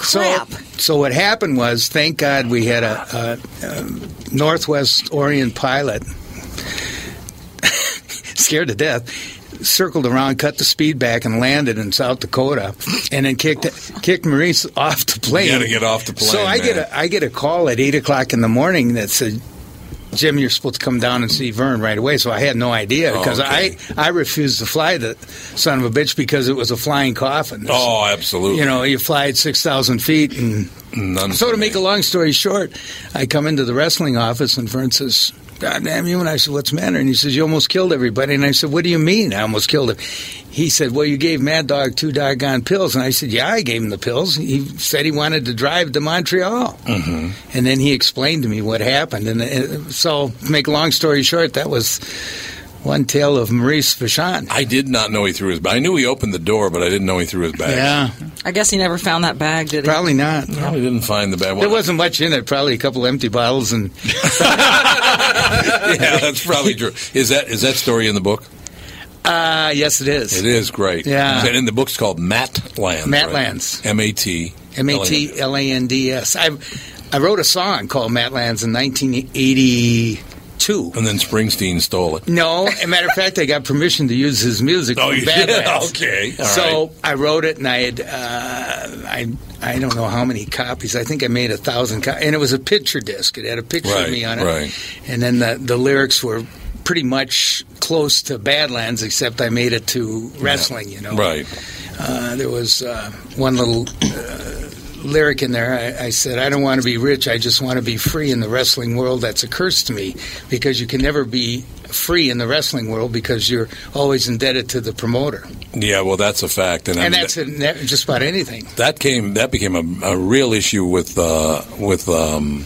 S13: crap. So, so what happened was, thank God we had a, a, a Northwest Orient pilot, scared to death, circled around, cut the speed back, and landed in South Dakota, and then kicked kicked Maurice off the plane.
S3: You gotta get off the plane,
S13: So I get
S3: man.
S13: a I get a call at eight o'clock in the morning that said. Jim, you're supposed to come down and see Vern right away. So I had no idea
S3: Oh,
S13: because
S3: okay.
S13: I, I refused to fly the son of a bitch because it was a flying coffin.
S3: Oh, absolutely.
S13: You know, you fly at 6,000 feet. and
S3: None
S13: So, to make a long story short, I come into the wrestling office and Vern says, God damn you. And I said, What's the matter? And he says, You almost killed everybody. And I said, What do you mean I almost killed him? He said, Well, you gave Mad Dog two doggone pills. And I said, Yeah, I gave him the pills. He said he wanted to drive to Montreal.
S15: Mm-hmm.
S13: And then he explained to me what happened. And, uh, so, to make a long story short, that was one tale of Maurice Vachon.
S3: I did not know he threw his. I knew he opened the door, but I didn't know he threw his bag.
S13: Yeah,
S14: I guess he never found that bag, did he?
S13: probably not.
S3: Probably didn't find the bad one.
S13: There wasn't much in it. Probably a couple empty bottles and
S3: yeah, that's probably true. Is that is that story in the book?
S13: uh, yes, it is.
S3: It is great.
S13: Yeah.
S3: and in the book's called Matlands.
S13: Matlands.
S3: M A T.
S13: M A T L A N D S. I I wrote a song called Matlands in 1982.
S3: And then Springsteen stole it.
S13: No, as a matter of fact, I got permission to use his music.
S3: Oh,
S13: from
S3: you
S13: Badlands.
S3: did? Okay. All
S13: so I wrote it, and I had uh, I I don't know how many copies. I think I made a thousand, co- and it was a picture disc. It had a picture
S3: Right,
S13: of me on it,
S3: right.
S13: and then the the lyrics were pretty much close to Badlands, except I made it to wrestling. You know,
S3: Right.
S13: uh, there was uh, one little uh, lyric in there. I, I said, I don't want to be rich. I just want to be free in the wrestling world. That's a curse to me because you can never be free in the wrestling world because you're always indebted to the promoter.
S3: Yeah, well, that's a fact, and, I mean,
S13: and that's in that, just about anything.
S3: that came that became a, a real issue with uh, with um,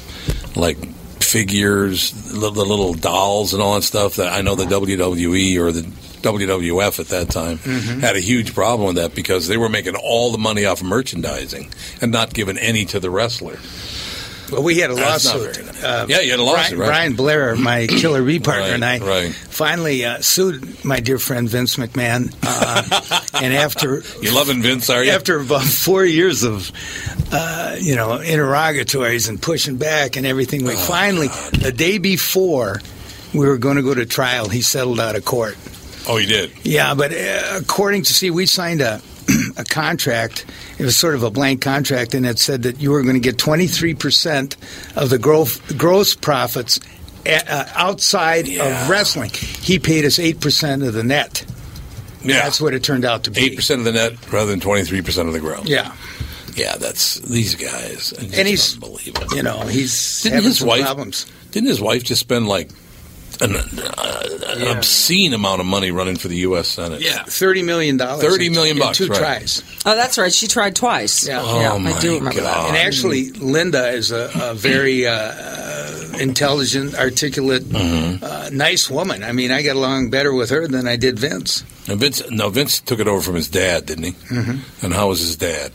S3: like figures, the, the little dolls and all that stuff. That I know the WWE or the WWF at that time
S13: Mm-hmm.
S16: Mhm.
S3: had a huge problem with that because they were making all the money off of merchandising and not giving any to the wrestler.
S13: Well, we had a
S3: That's not
S13: lawsuit. Uh,
S3: yeah, you had a lawsuit,
S13: Brian,
S3: right?
S13: Brian Blair, my killer bee partner, and I
S3: right.
S13: finally uh, sued my dear friend Vince McMahon. Uh, and after
S3: You loving Vince, are you?
S13: after about four years of uh, you know interrogatories and pushing back and everything, we
S3: Oh,
S13: finally the day before we were going to go to trial, he settled out of court.
S3: oh, you did.
S13: Yeah, but uh, according to see, we signed a a contract. It was sort of a blank contract, and it said that you were going to get twenty three percent of the gross gross profits a- uh, outside of wrestling. He paid us eight percent of the net.
S3: Yeah.
S13: that's what it turned out to be.
S3: Eight percent of the net rather than twenty three percent of the gross.
S13: Yeah,
S3: yeah, that's these guys.
S13: and he's you know he's having some problems.
S3: Didn't his wife just spend like an, uh, an
S13: Yeah.
S3: obscene amount of money running for the U.S. Senate?
S13: Yeah, thirty million dollars.
S3: $30 million
S13: in
S3: bucks,
S13: two
S3: right.
S13: tries.
S14: Oh, that's right. She tried twice. Yeah,
S3: Oh,
S14: yeah
S3: my
S14: I do remember that.
S3: God.
S13: And actually, Linda is a, a very uh, intelligent, articulate,
S3: Mm-hmm.
S13: uh, nice woman. I mean, I got along better with her than I did Vince.
S3: And Vince, no, Vince took it over from his dad, didn't he? Mm-hmm. And how was his dad?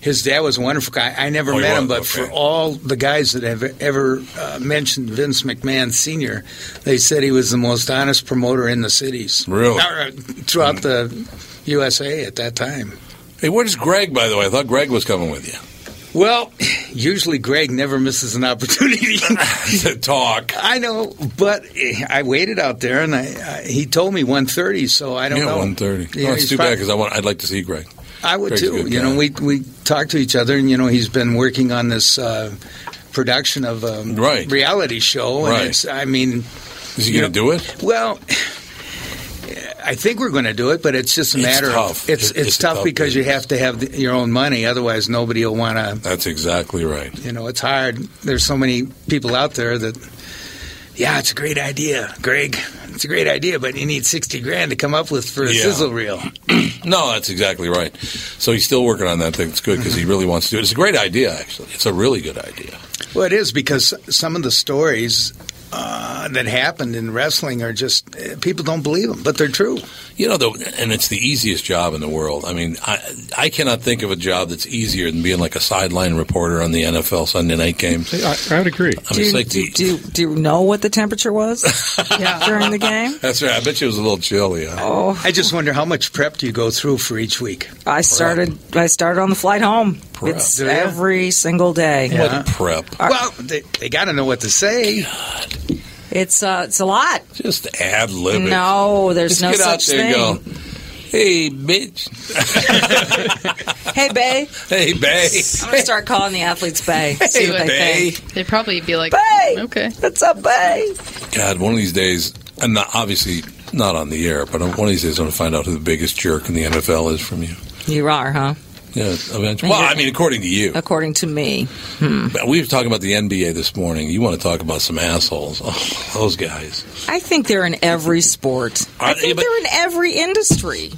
S13: His dad was a wonderful guy. I never
S3: Oh, he
S13: met him, but
S3: was?
S13: for all the guys that have ever uh, mentioned Vince McMahon Sr., they said he was the most honest promoter in the cities.
S3: Really?
S13: Or, uh, Throughout the USA at that time.
S3: Hey, where's Greg? By the way, I thought Greg was coming with you.
S13: Well, usually Greg never misses an opportunity.
S3: to talk.
S13: I know, but eh, I waited out there, and I, I he told me 1.30, so I don't
S3: yeah,
S13: know.
S3: one thirty.
S13: Yeah,
S3: oh, it's
S13: he's
S3: too bad
S13: probably-
S3: because I want. I'd like to see Greg.
S13: I would
S3: Greg's a
S13: too.
S3: good
S13: You
S3: guy.
S13: know, we we talk to each other, and you know, he's been working on this uh, production of a
S3: Right.
S13: reality show, and
S3: Right.
S13: it's, I mean,
S3: Is he
S13: you
S3: going to
S13: know-
S3: do it?
S13: Well. I think we're going to do it, but it's just a
S3: It's
S13: matter
S3: tough.
S13: of it's
S3: It-
S13: it's,
S3: it's a
S13: tough,
S3: tough
S13: because you have to have the, your own money, otherwise nobody will want to
S3: That's exactly right.
S13: you know it's hard there's so many people out there that yeah it's a great idea greg it's a great idea but you need 60 grand to come up with for a
S3: Yeah.
S13: sizzle reel
S3: No, that's exactly right. So he's still working on that thing. It's good because
S13: Mm-hmm.
S3: he really wants to do it. It's a great idea, actually. It's a really good idea.
S13: well it is because some of the stories uh, that happened in wrestling are just uh, people don't believe them but they're true
S3: You know, though, and it's the easiest job in the world. I mean, I I cannot think of a job that's easier than being like a sideline reporter on the NFL Sunday night game.
S9: I, I would agree.
S3: I mean, it's like the,
S14: Do, do you know what the temperature was during the game?
S3: that's right. I bet you it was a little chilly. Huh?
S14: Oh,
S13: i just wonder how much prep do you go through for each week
S14: I started. I started on the flight home.
S13: Prep.
S14: It's
S13: Do ya?
S14: every single day.
S13: Yeah.
S3: prep.
S13: well they, they got to know what to say
S14: It's uh, it's a lot.
S3: Just ad lib. it.
S14: No, Oh, there's
S3: Just
S14: no
S3: get out
S14: such
S3: there
S14: thing.
S3: and go, hey, bitch.
S14: Hey, Bay.
S3: Hey, babe.
S14: I'm gonna start calling the athletes Bay. See what they
S3: Bay.
S14: think.
S17: They'd probably be like, okay.
S14: What's up, Bay?
S3: God, one of these days, and not, obviously not on the air, but one of these days I'm going to find out who the biggest jerk in the NFL is from you.
S14: You are, huh?
S3: Yeah, eventually. Well, I mean, according to you.
S14: According to me. Hmm.
S3: But We were talking about the NBA this morning. You want to talk about some assholes? Oh, those guys.
S14: I think they're in every sport. I
S3: yeah,
S14: think
S3: but-
S14: they're in every industry.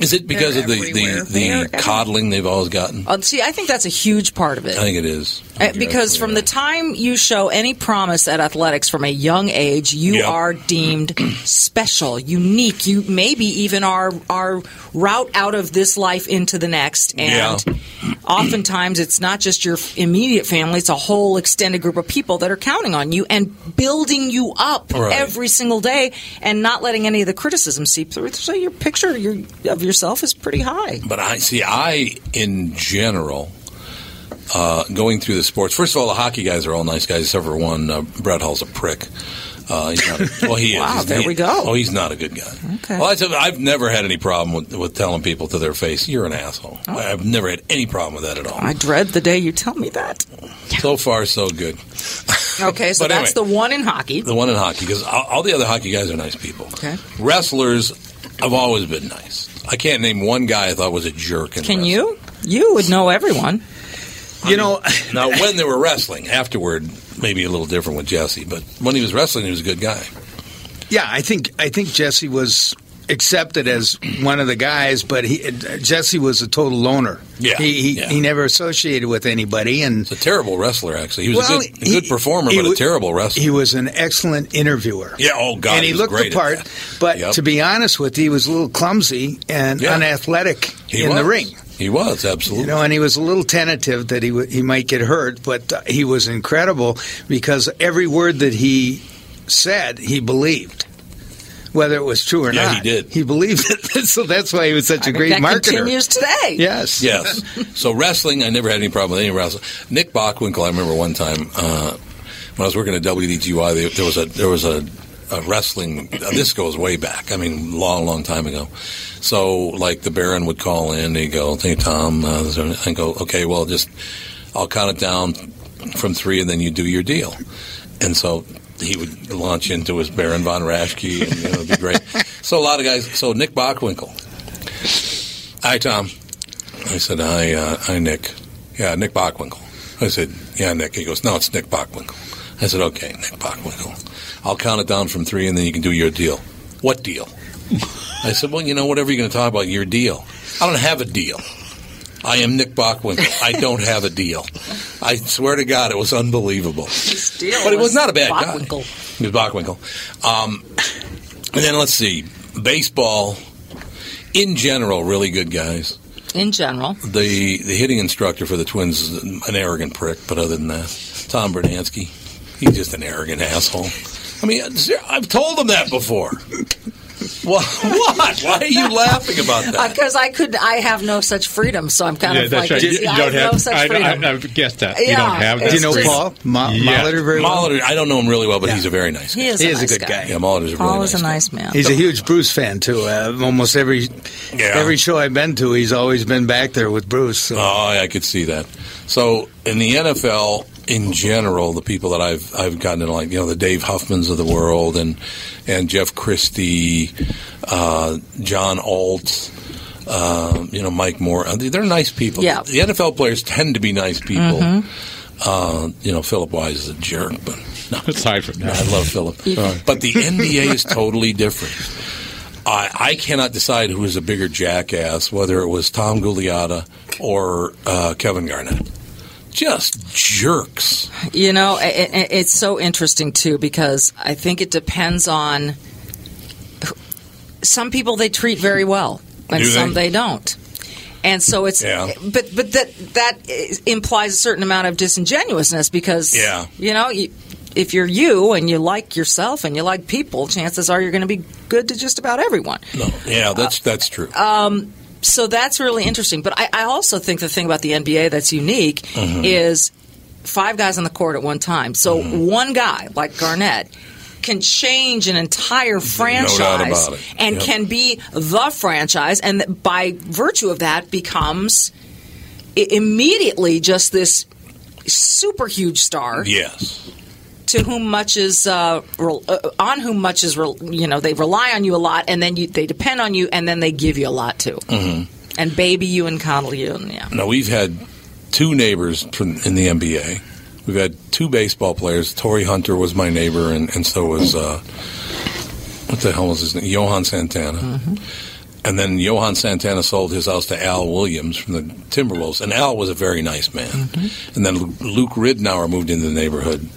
S3: Is it because
S14: They're
S3: of the the,
S14: everywhere.
S3: the
S14: They're
S3: coddling they've always gotten?
S14: Uh, see, I think that's a huge part of
S3: I
S14: it.
S3: think it is. I
S14: Uh,
S3: think you're
S14: Because from the time you show any promise at athletics from a young age, you
S3: Yeah.
S14: are deemed special, unique. You maybe even are are route out of this life into the next. And oftentimes, it's not just your immediate family; it's a whole extended group of people that are counting on you and building you up
S3: Right.
S14: every single day, and not letting any of the criticism seep through. So your picture your, of yourself is pretty high.
S3: But I see. I in general, uh, going through the sports. First of all, the hockey guys are all nice guys, except for one. Uh, Brett Hall's a prick. Uh, he's not, well, he is.
S14: Wow,
S3: He's-
S14: there
S3: he-
S14: we go.
S3: Oh, he's not a good guy.
S14: Okay.
S3: Well, I said, I've never had any problem with, with telling people to their face, "You're an asshole." I've never had any problem with that at all.
S14: Oh. I dread the day you tell me that.
S3: So far, so good.
S14: Okay, so
S3: But anyway.
S14: that's the one in hockey.
S3: The one in hockey, because all, all the other hockey guys are nice people.
S14: Okay.
S3: Wrestlers have always been nice. I can't name one guy I thought was a jerk. In
S14: Can you? You would know everyone.
S3: You know, now when they were wrestling afterward, maybe a little different with Jesse, but when he was wrestling, he was a good guy.
S13: Yeah, I think I think Jesse was accepted as one of the guys, but he Jesse was a total loner.
S3: Yeah,
S13: he he,
S3: yeah.
S13: he never associated with anybody, and
S3: a terrible wrestler. Actually, he was
S13: Well,
S3: a good, a good performer,
S13: he
S3: but a
S13: wa-
S3: terrible wrestler.
S13: He was an excellent interviewer.
S3: Yeah, oh god,
S13: and he,
S3: was
S13: looked
S3: great
S13: the
S3: at
S13: part,
S3: that.
S13: but
S3: Yep.
S13: to be honest with you, he was a little clumsy and
S3: Yeah.
S13: unathletic
S3: He
S13: in the
S3: was.
S13: ring.
S3: He was absolutely.
S13: You know, and he was a little tentative that he w- he might get hurt, but uh, he was incredible because every word that he said, he believed, whether it was true or
S3: Yeah,
S13: not.
S3: he did.
S13: He believed it, so that's why he was such a great
S14: that
S13: marketer.
S14: continues today.
S13: Yes.
S3: Yes. so wrestling, I never had any problem with any wrestling. Nick Bockwinkel, I remember one time uh, when I was working at WDGY, there, there was a there was a, a wrestling. uh, This goes way back. I mean, long, long time ago. So like the Baron would call in, he'd go, "Hey Tom," uh, is there any-" I go, "Okay, well, just I'll count it down from three, and then you do your deal." And so. He would launch into his Baron von Raschke, and you know, it'd be great. so a lot of guys. So Nick Bockwinkel. Hi, Tom. I said, "Hi, uh, hi, Nick. Yeah, Nick Bockwinkel." I said, "Yeah, Nick." He goes, "No, it's Nick Bockwinkel." I said, "Okay, Nick Bockwinkel. I'll count it down from three, and then you can do your deal." What deal? I said, "Well, you know, whatever you're going to talk about, your deal. I don't have a deal. I am Nick Bockwinkel. I don't have a deal. I swear to God, it was unbelievable. but it was not a bad guy. He was Bockwinkel. Um, and then let's see, baseball in general, really good guys
S14: In general,
S3: the the hitting instructor for the Twins is an arrogant prick, but other than that, Tom Bernanski, he's just an arrogant asshole. I mean, I've told him that before. What? what? Why are you laughing about that?
S14: because Uh, I could, I have no such freedom. So I'm kind
S9: Yeah,
S14: of
S9: that's
S14: like,
S9: right. You,
S14: see,
S9: you
S14: I
S9: don't have.
S14: no such
S9: I,
S14: freedom.
S9: I, I've guessed that. you
S14: Yeah,
S9: don't have.
S14: it's
S9: that
S14: Do you know
S9: freedom.
S13: Paul? Ma-
S9: Yeah.
S13: Molitor very well?
S3: Molitor, I don't know him really well, but he's a very nice. guy.
S14: He is He a is a nice good guy. guy.
S3: Yeah, Molitor's a really
S14: Paul is
S3: nice.
S14: a nice man.
S13: He's a huge Bruce fan too. Uh, almost every every show I've been to, he's always been back there with Bruce. So.
S3: Oh, yeah, I could see that. So in the NFL in general, the people that I've I've gotten to like, you know, the Dave Huffmans of the world and and Jeff Christie, uh, John Alt, um, you know, Mike Moore. Uh, They're nice people.
S14: Yeah.
S3: The NFL players tend to be nice people.
S7: Mm-hmm.
S14: Mhm.
S3: Uh, you know, Philip Wise is a jerk, but no.
S9: Aside from that,
S3: I love Philip. But the NBA is totally different. I, I cannot decide who is a bigger jackass, whether it was Tom Gugliotta or uh, Kevin Garnett. Just jerks.
S14: You know, i i it's so interesting too because I think it depends on some people they treat very well and
S15: Do they?
S14: some they don't. And so it's
S15: Yeah.
S14: but but that that is- implies a certain amount of disingenuousness because
S15: Yeah.
S14: you know, you, if you're you and you like yourself and you like people, chances are you're going to be good to just about everyone.
S3: No, yeah, that's that's true.
S14: Um, so that's really interesting. But I, I also think the thing about the NBA that's unique
S15: Mm-hmm.
S3: Mhm.
S14: is five guys on the court at one time. So
S15: Mm-hmm.
S14: one guy, like Garnett, can change an entire franchise
S15: about it.
S14: and
S15: Yep.
S14: can be the franchise, and th- by virtue of that, becomes i- immediately just this super huge star
S3: Yes.
S14: to whom much is uh, rel- uh, on whom much
S9: Mm-hmm.
S14: is rel- you know they rely on you a lot and then you, they depend on you and then they give you a lot too
S3: hmm
S14: and baby you and coddle you. And yeah.
S3: No, we've had two neighbors from, in the NBA. We've had two baseball players. Torrey Hunter was my neighbor, and, and so was uh, what the hell was his name? Johan Santana. And then Johan Santana sold his house to Al Williams from the Timberwolves, and Al was a very nice man. And then Lu- Luke Ridnour moved into the neighborhood.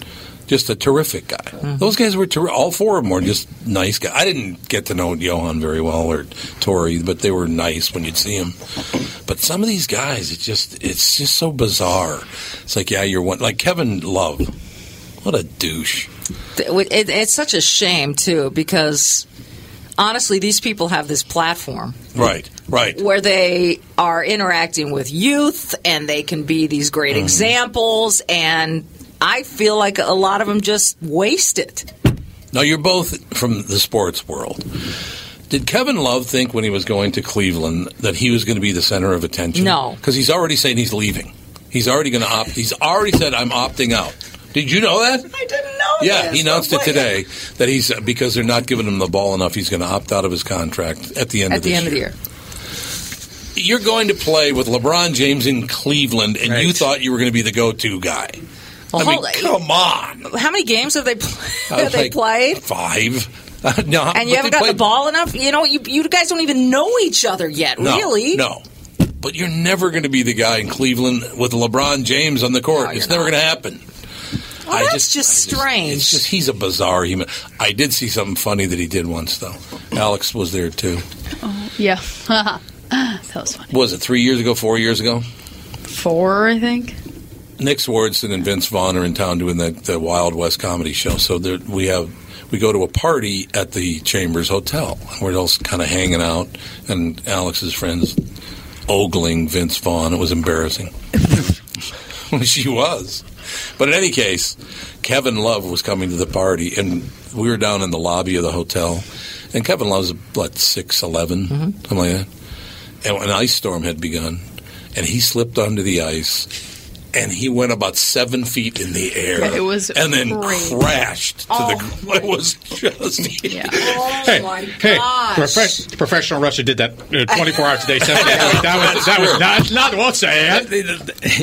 S3: Just a terrific guy. Those guys were ter- all four of them were just nice guys. I didn't get to know Johan very well or Tori, but they were nice when you'd see him. But some of these guys, it just it's just so bizarre. It's like yeah, you're one like Kevin Love. What a douche.
S14: It, it- it's such a shame too because honestly, these people have this platform
S3: Right, right.
S14: where they are interacting with youth and they can be these great
S3: Mhm.
S14: examples and I feel like a lot of them just waste it.
S3: Now you're both from the sports world. Did Kevin Love think when he was going to Cleveland that he was going to be the center of attention?
S14: No.
S3: because he's already saying he's leaving. He's already going to opt. He's already said I'm opting out. Did you know that?
S14: I didn't know.
S3: Yeah,
S14: this.
S3: he announced
S14: Oh, No
S3: it
S14: way.
S3: today that he's because they're not giving him the ball enough. He's going to opt out of his contract at the end
S14: At
S3: of
S14: the
S3: this
S14: end of the
S3: year.
S14: year.
S3: You're going to play with LeBron James in Cleveland, and you thought you were going to be the go-to guy.
S14: Well,
S3: I mean,
S14: hold it.
S3: come on,
S14: How many games have they pl-
S3: I was
S14: have they
S3: like,
S14: played?
S3: five. no, but
S14: And you
S3: they
S14: haven't got the
S3: played-
S14: ball enough. You know, you, you guys don't even know each other yet,
S3: No,
S14: really.
S3: No. But you're never going to be the guy in Cleveland with LeBron James on the court. it's never going to happen.
S14: Well, that's just, strange.
S3: It's just he's a bizarre human. I did see something funny that he did once though. Alex was there too.
S17: Oh, yeah. that was fun.
S3: Was it three years ago? Four years ago?
S17: Four, I think.
S3: Nick Swartzen and Vince Vaughn are in town doing that the Wild West comedy show. So there, we have we go to a party at the Chambers Hotel. We're all kind of hanging out, and Alex's friends ogling Vince Vaughn. It was embarrassing. she was, but in any case, Kevin Love was coming to the party, and we were down in the lobby of the hotel. And Kevin Love's what six
S17: Mm-hmm.
S3: something like that. And an ice storm had begun, and he slipped onto the ice and he went about seven feet in the air.
S17: It was Oh
S3: and then
S17: great.
S3: crashed to the. It was just.
S9: hey, hey, profe- professional wrestler did that uh, 24 hours a day, seven days a week. That was, that was not, not what's saying.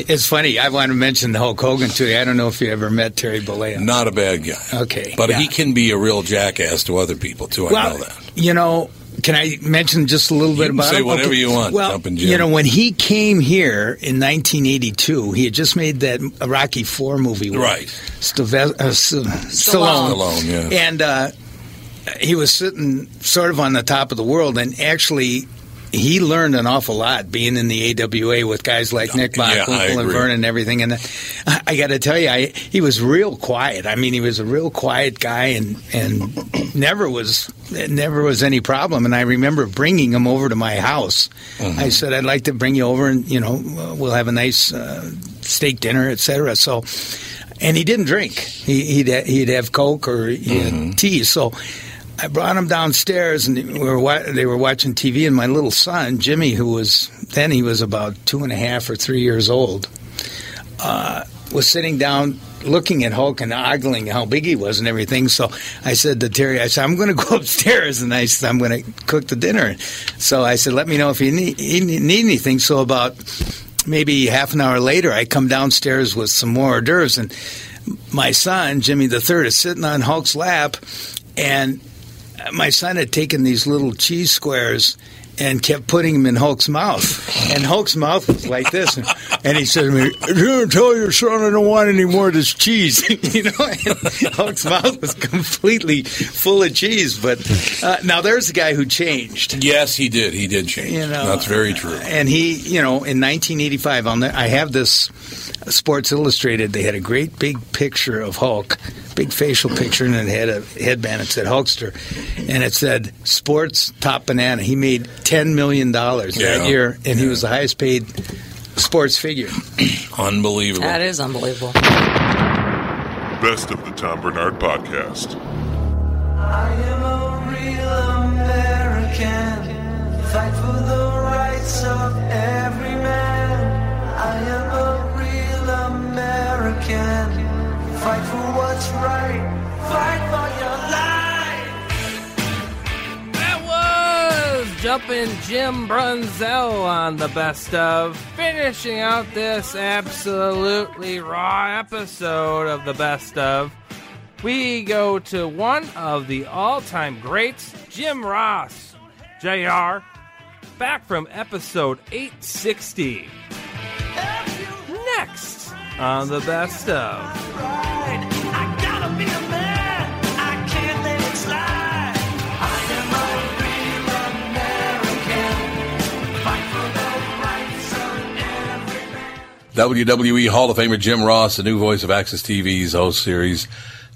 S13: It's funny. I want to mention the Hulk Hogan too. I don't know if you ever met Terry Bollea.
S3: Not a bad guy.
S13: Okay,
S3: But
S13: yeah.
S3: he can be a real jackass to other people too. I
S13: Well,
S3: know that.
S13: You know, can I mention just a little bit
S3: can
S13: about
S3: say
S13: him?
S3: whatever you want,
S13: Well,
S3: Jumpin' Jim.
S13: you know, when he came here in 1982, he had just made that Rocky Four movie, with
S3: Right.
S13: Steve- uh, S- Stallone.
S3: Stallone, yeah.
S13: And uh, he was sitting sort of on the top of the world, and actually. He learned an awful lot being in the AWA with guys like Nick
S3: Yeah, I
S13: Bockwinkel and
S3: agree.
S13: Vernon and everything. And I, I got to tell you, I, he was real quiet. I mean, he was a real quiet guy, and and never was never was any problem. And I remember bringing him over to my house. I said, "I'd like to bring you over, and you know, we'll have a nice uh, steak dinner, etc." So. And he didn't drink. He, he'd he'd have Coke or he had tea. So I brought him downstairs, and we were wa- they were watching TV. And my little son Jimmy, who was then he was about two and a half or three years old, uh, was sitting down looking at Hulk and ogling how big he was and everything. So I said to Terry, I said, I'm going to go upstairs and I said, I'm going to cook the dinner. So I said, let me know if you need, you need anything. So about maybe half an hour later, I come downstairs with some more hors d'oeuvres and my son, Jimmy the third, is sitting on Hulk's lap and my son had taken these little cheese squares and kept putting them in Hulk's mouth. And Hulk's mouth was like this. And, and he said to me, "You Tell your son I don't want any more of this cheese. you know, and Hulk's mouth was completely full of cheese. But uh, now there's a guy who changed.
S3: Yes, he did. He did change.
S13: You know,
S3: That's very true.
S13: And he, you know, in 1985, on the, I have this Sports Illustrated. They had a great big picture of Hulk, big facial picture, and it had a headband that said Hulkster, and it said Sports Top Banana. He made ten million dollars
S3: Yeah.
S13: that year, and he was the highest paid sports figure.
S3: Unbelievable.
S14: That is unbelievable.
S12: Best of the Tom Bernard Podcast.
S7: American, fight for the rights of every man. I am a real American, fight for what's right, fight for your life.
S8: That was jumping Jim Brunzel on the best of, finishing out this absolutely raw episode of the best of. We go to one of the all time greats, Jim Ross, JR, back from episode 860. Next on the best of.
S3: WWE E Hall of Famer Jim Ross, the new voice of Access TV's host series,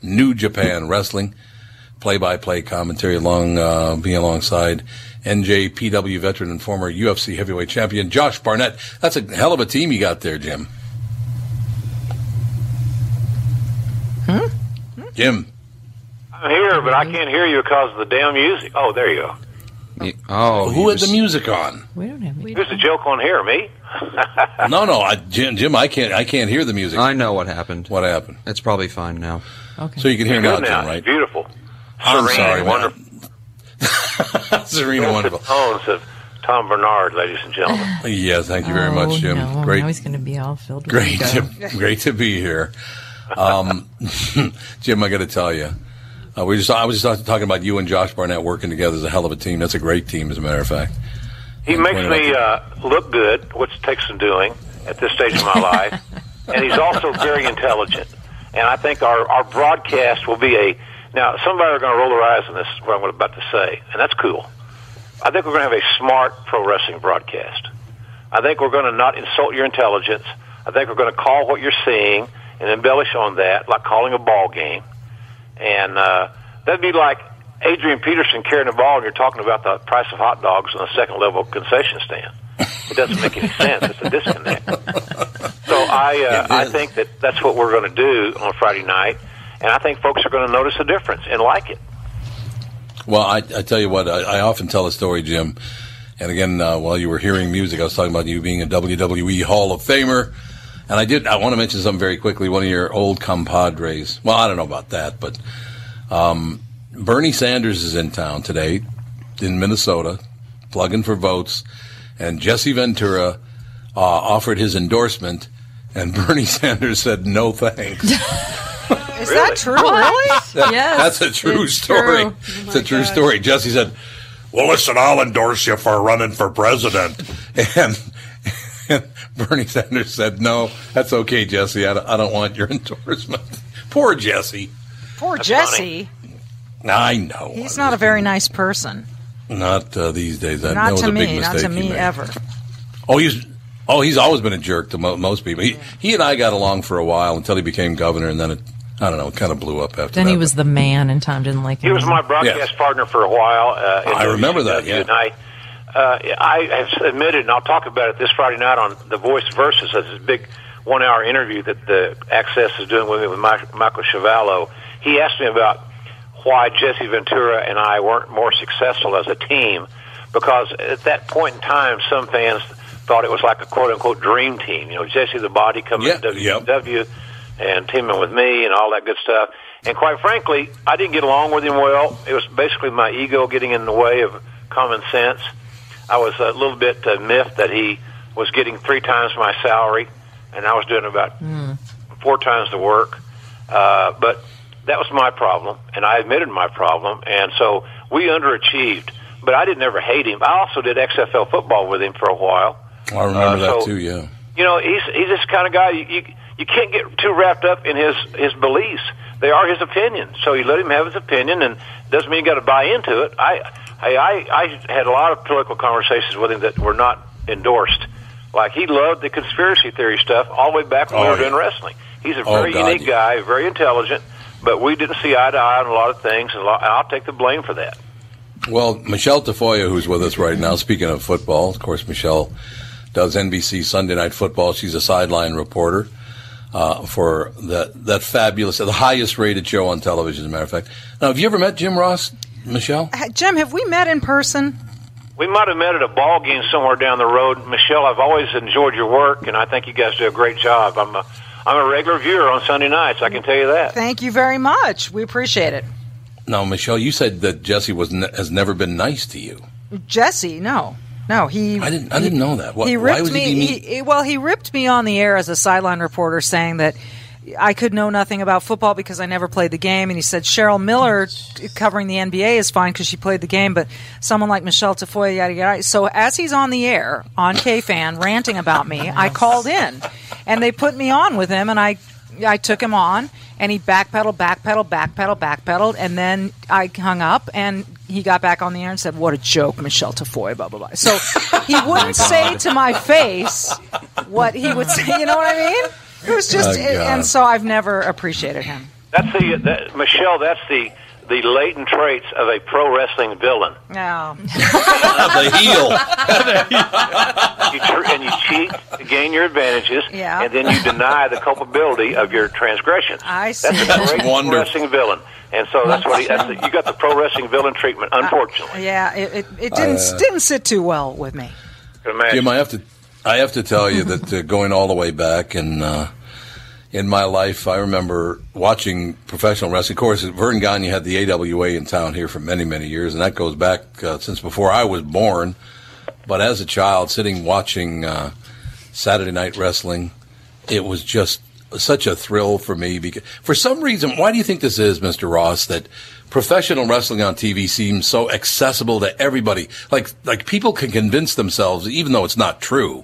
S3: New Japan Wrestling, play-by-play commentary along uh, being alongside NJPW veteran and former UFC heavyweight champion Josh Barnett. That's a hell of a team you got there, Jim.
S13: Hmm?
S3: Jim,
S15: I'm here, but I can't hear you because of the damn music. Oh, there you go.
S3: oh, who had the music on?
S15: Who's the joke on here? Me?
S3: no, no, I, Jim, Jim, I can't, I can't hear the music.
S16: I know what happened.
S3: What happened?
S16: It's probably fine now.
S3: Okay. So you can hear now,
S15: Good now.
S3: Jim, right?
S15: Beautiful.
S3: I'm
S15: Serene,
S3: sorry, man.
S15: wonderful.
S3: Serena,
S15: That's
S3: wonderful.
S15: The tones of Tom Bernard, ladies and gentlemen.
S3: Yes, thank you very
S17: Oh,
S3: much, Jim. Great,
S18: Oh, Now he's going to be all filled with
S3: great,
S18: ego.
S3: to, great to be here. Um, Jim, I got to tell you, uh, we just I was just talking about you and Josh Barnett working together as a hell of a team. That's a great team, as a matter of fact.
S15: He makes me uh, look good, which takes some doing at this stage of my life. and he's also very intelligent. And I think our, our broadcast will be a. Now, somebody are going to roll their eyes on this, what I'm about to say, and that's cool. I think we're going to have a smart pro wrestling broadcast. I think we're going to not insult your intelligence. I think we're going to call what you're seeing and embellish on that, like calling a ball game. And uh, that'd be like Adrian Peterson carrying a ball, and you're talking about the price of hot dogs on the second level concession stand. It doesn't make any sense. It's a disconnect. So I, uh, I think that that's what we're going to do on Friday night, and I think folks are going to notice the difference and like it.
S3: Well, I, I tell you what, I, I often tell a story, Jim. And again, uh, while you were hearing music, I was talking about you being a WWE Hall of Famer. And I did, I want to mention something very quickly. One of your old compadres. Well, I don't know about that, but um, Bernie Sanders is in town today in Minnesota, plugging for votes. And Jesse Ventura uh, offered his endorsement, and Bernie Sanders said, no thanks.
S14: Is that true?
S3: That-
S14: Really? yes.
S3: Oh, That's a true
S14: it's
S3: story.
S18: Oh
S14: true.
S3: it's a true story. Jesse said, Well, listen, I'll endorse you for running for president. And, and Bernie Sanders said, No, that's okay, Jesse. I don't, I don't want your endorsement. Poor Jesse.
S18: Poor Jesse.
S3: I know.
S18: He's not a very nice person.
S3: Not uh, these days. That, that
S18: not
S3: was
S18: to
S3: a big
S18: me. Not
S3: mistake
S18: to
S3: he
S18: me
S3: made.
S18: ever.
S3: Oh, he's. Oh, he's always been a jerk to mo- most people. He, he and I got along for a while until he became governor, and then it, I don't know, it kind of blew up after
S18: Then
S3: that.
S18: he was the man, and Tom didn't like him.
S15: He was my broadcast partner for a while. Uh,
S3: I remember that, yeah.
S15: And I, uh, I have admitted, and I'll talk about it this Friday night on The Voice Versus. That's this big one-hour interview that the Access is doing with me with Mike, Michael Chavallo. He asked me about why Jesse Ventura and I weren't more successful as a team, because at that point in time, some fans thought it was like a quote-unquote dream team. You know, Jesse the Body coming to WCW and teaming with me and all that good stuff. And quite frankly, I didn't get along with him well. It was basically my ego getting in the way of common sense. I was a little bit uh, miffed that he was getting three times my salary, and I was doing about four times the work. Uh, but that was my problem, and I admitted my problem, and so we underachieved. But I didn't ever hate him. I also did XFL football with him for a while.
S3: I remember
S15: Uh,
S3: that
S15: so-
S3: too. Yeah.
S15: You know, he's he's this kind of guy you, you you can't get too wrapped up in his his beliefs. They are his opinion, so you let him have his opinion, and doesn't mean you got to buy into it. I I I I had a lot of political conversations with him that were not endorsed. Like he loved the conspiracy theory stuff all the way back when
S3: Oh,
S15: we were
S3: yeah.
S15: doing wrestling. He's a
S3: Oh,
S15: very
S3: God,
S15: unique guy, very intelligent, but we didn't see eye to eye on a lot of things, and a lot- and I'll take the blame for that.
S3: Well, Michelle Tafoya, who's with us right now, speaking of football, of course, Michelle does NBC Sunday Night Football. She's a sideline reporter uh, for that that fabulous, the highest rated show on television, as a matter of fact. Now, have you ever met Jim Ross, Michelle?
S18: Uh, Jim, have we met in person?
S15: We might have met at a ball game somewhere down the road. Michelle, I've always enjoyed your work, and I think you guys do a great job. I'm a, I'm a regular viewer on Sunday nights. I can tell you that.
S18: Thank you very much. We appreciate it.
S3: Now, Michelle, you said that Jesse was ne- has never been nice to you.
S18: Jesse, no. No, he.
S3: I didn't. I didn't know that. What,
S18: he
S3: why
S18: ripped
S3: would
S18: me.
S3: He be mean?
S18: he- he- well, he ripped me on the air as a sideline reporter, saying that I could know nothing about football because I never played the game. And he said Cheryl Miller t- covering the NBA is fine because she played the game, but someone like Michelle Tafoya, yada yada. So as he's on the air on KFan ranting about me, I called in, and they put me on with him, and I I took him on, and he backpedaled, backpedaled, backpedaled, backpedaled, and then I hung up, and he got back on the air and said, "What a joke, Michelle Tafoya, blah blah blah." So
S15: Oh
S18: he wouldn't say to my face what he would say. You know what I mean? It was just,
S15: Oh,
S18: and
S15: God.
S18: so I've never appreciated him.
S15: That's the that, Michelle. That's the the latent traits of a pro wrestling villain.
S18: No.
S1: the heel.
S15: You tr- and you cheat to gain your advantages,
S18: Yeah.
S15: and then you deny the culpability of your transgressions.
S18: I see.
S15: That's a great pro wrestling villain, and so that's what he. That's the, you got the pro wrestling villain treatment. Unfortunately,
S18: Yeah, it, it, it didn't
S3: Uh,
S18: didn't sit too well with me.
S3: Jim, I have to, I have to tell you that uh, going all the way back in uh, in my life, I remember watching professional wrestling. Of course, at Vern Gagne had the AWA in town here for many, many years, and that goes back uh, since before I was born. But as a child, sitting watching uh, Saturday Night Wrestling, it was just such a thrill for me because for some reason, why do you think this is, Mister Ross? That professional wrestling on TV seems so accessible to everybody. Like like people can convince themselves, even though it's not true,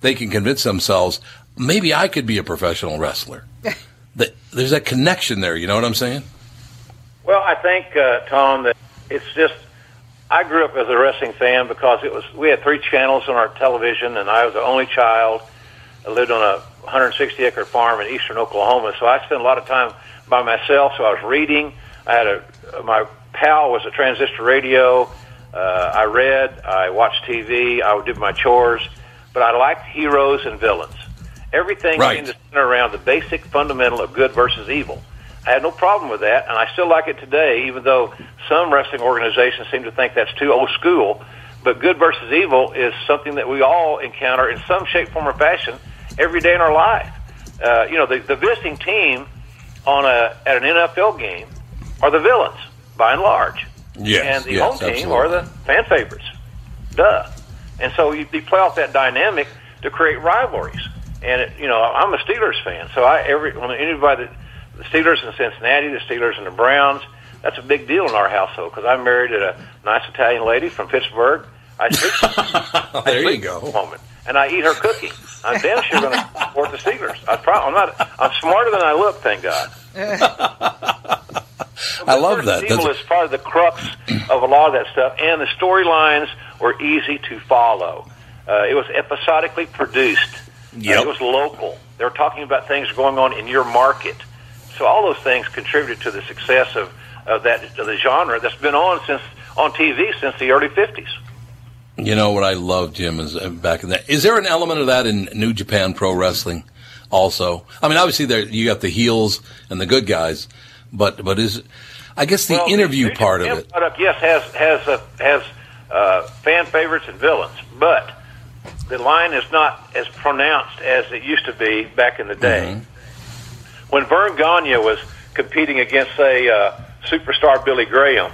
S3: they can convince themselves maybe I could be a professional wrestler. that there's that connection there. You know what I'm saying?
S15: Well, I think uh, Tom that it's just I grew up as a wrestling fan because it was we had three channels on our television, and I was the only child. I lived on a 160 acre farm in eastern Oklahoma, so I spent a lot of time by myself. So I was reading. I had a my pal was a transistor radio. Uh, I read. I watched TV. I did my chores, but I liked heroes and villains. Everything
S3: Right.
S15: seemed to center around the basic fundamental of good versus evil. I had no problem with that, and I still like it today, even though some wrestling organizations seem to think that's too old school. But good versus evil is something that we all encounter in some shape, form, or fashion every day in our life. Uh, you know, the, the visiting team on a at an NFL game are the villains by and large, and the home team are the fan favorites. Duh. And so you, you play off that dynamic to create rivalries. And it, you know, I'm a Steelers fan, so I every when anybody that the Steelers in Cincinnati, the Steelers and the Browns. That's a big deal in our household because I married a nice Italian lady from Pittsburgh. I sleep, there you go, woman, and I eat her cookie. I'm damn sure going to support the Steelers. I pro- I'm not. I'm smarter than I look. Thank God.
S3: I love that.
S15: Evil
S3: That's-
S15: is part of the crux of a lot of that stuff, and the storylines were easy to follow. Uh, it was episodically produced. Uh,
S16: Yep.
S15: it was local. They were talking about things going on in your market. So all those things contributed to the success of, of that of the genre that's been on since on TV since the early fifties.
S3: You know what I love, Jim, is uh, back in that. Is there an element of that in New Japan Pro Wrestling? Also, I mean, obviously there you got the heels and the good guys, but but is I guess the interview part of it.
S15: Product yes has has uh has uh, fan favorites and villains, but the line is not as pronounced as it used to be back in the day.
S3: Mm-hmm.
S15: When Vern Gagne was competing against say uh, superstar Billy Graham,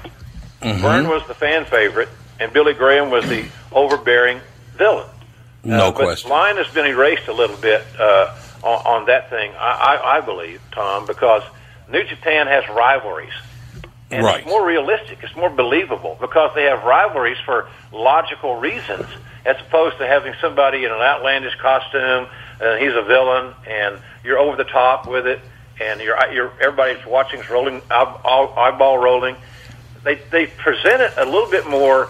S3: Mm-hmm.
S15: Vern was the fan favorite, and Billy Graham was the overbearing villain.
S3: Mm-hmm. No
S15: uh, but
S3: question.
S15: The line has been erased a little bit uh, on, on that thing, I, I, I believe, Tom, because New Japan has rivalries. And
S3: Right.
S15: it's more realistic, it's more believable because they have rivalries for logical reasons as opposed to having somebody in an outlandish costume, uh, he's a villain, and you're over the top with it, and you're, you're, everybody's watching is rolling, eye- eye- eyeball rolling. They, they present it a little bit more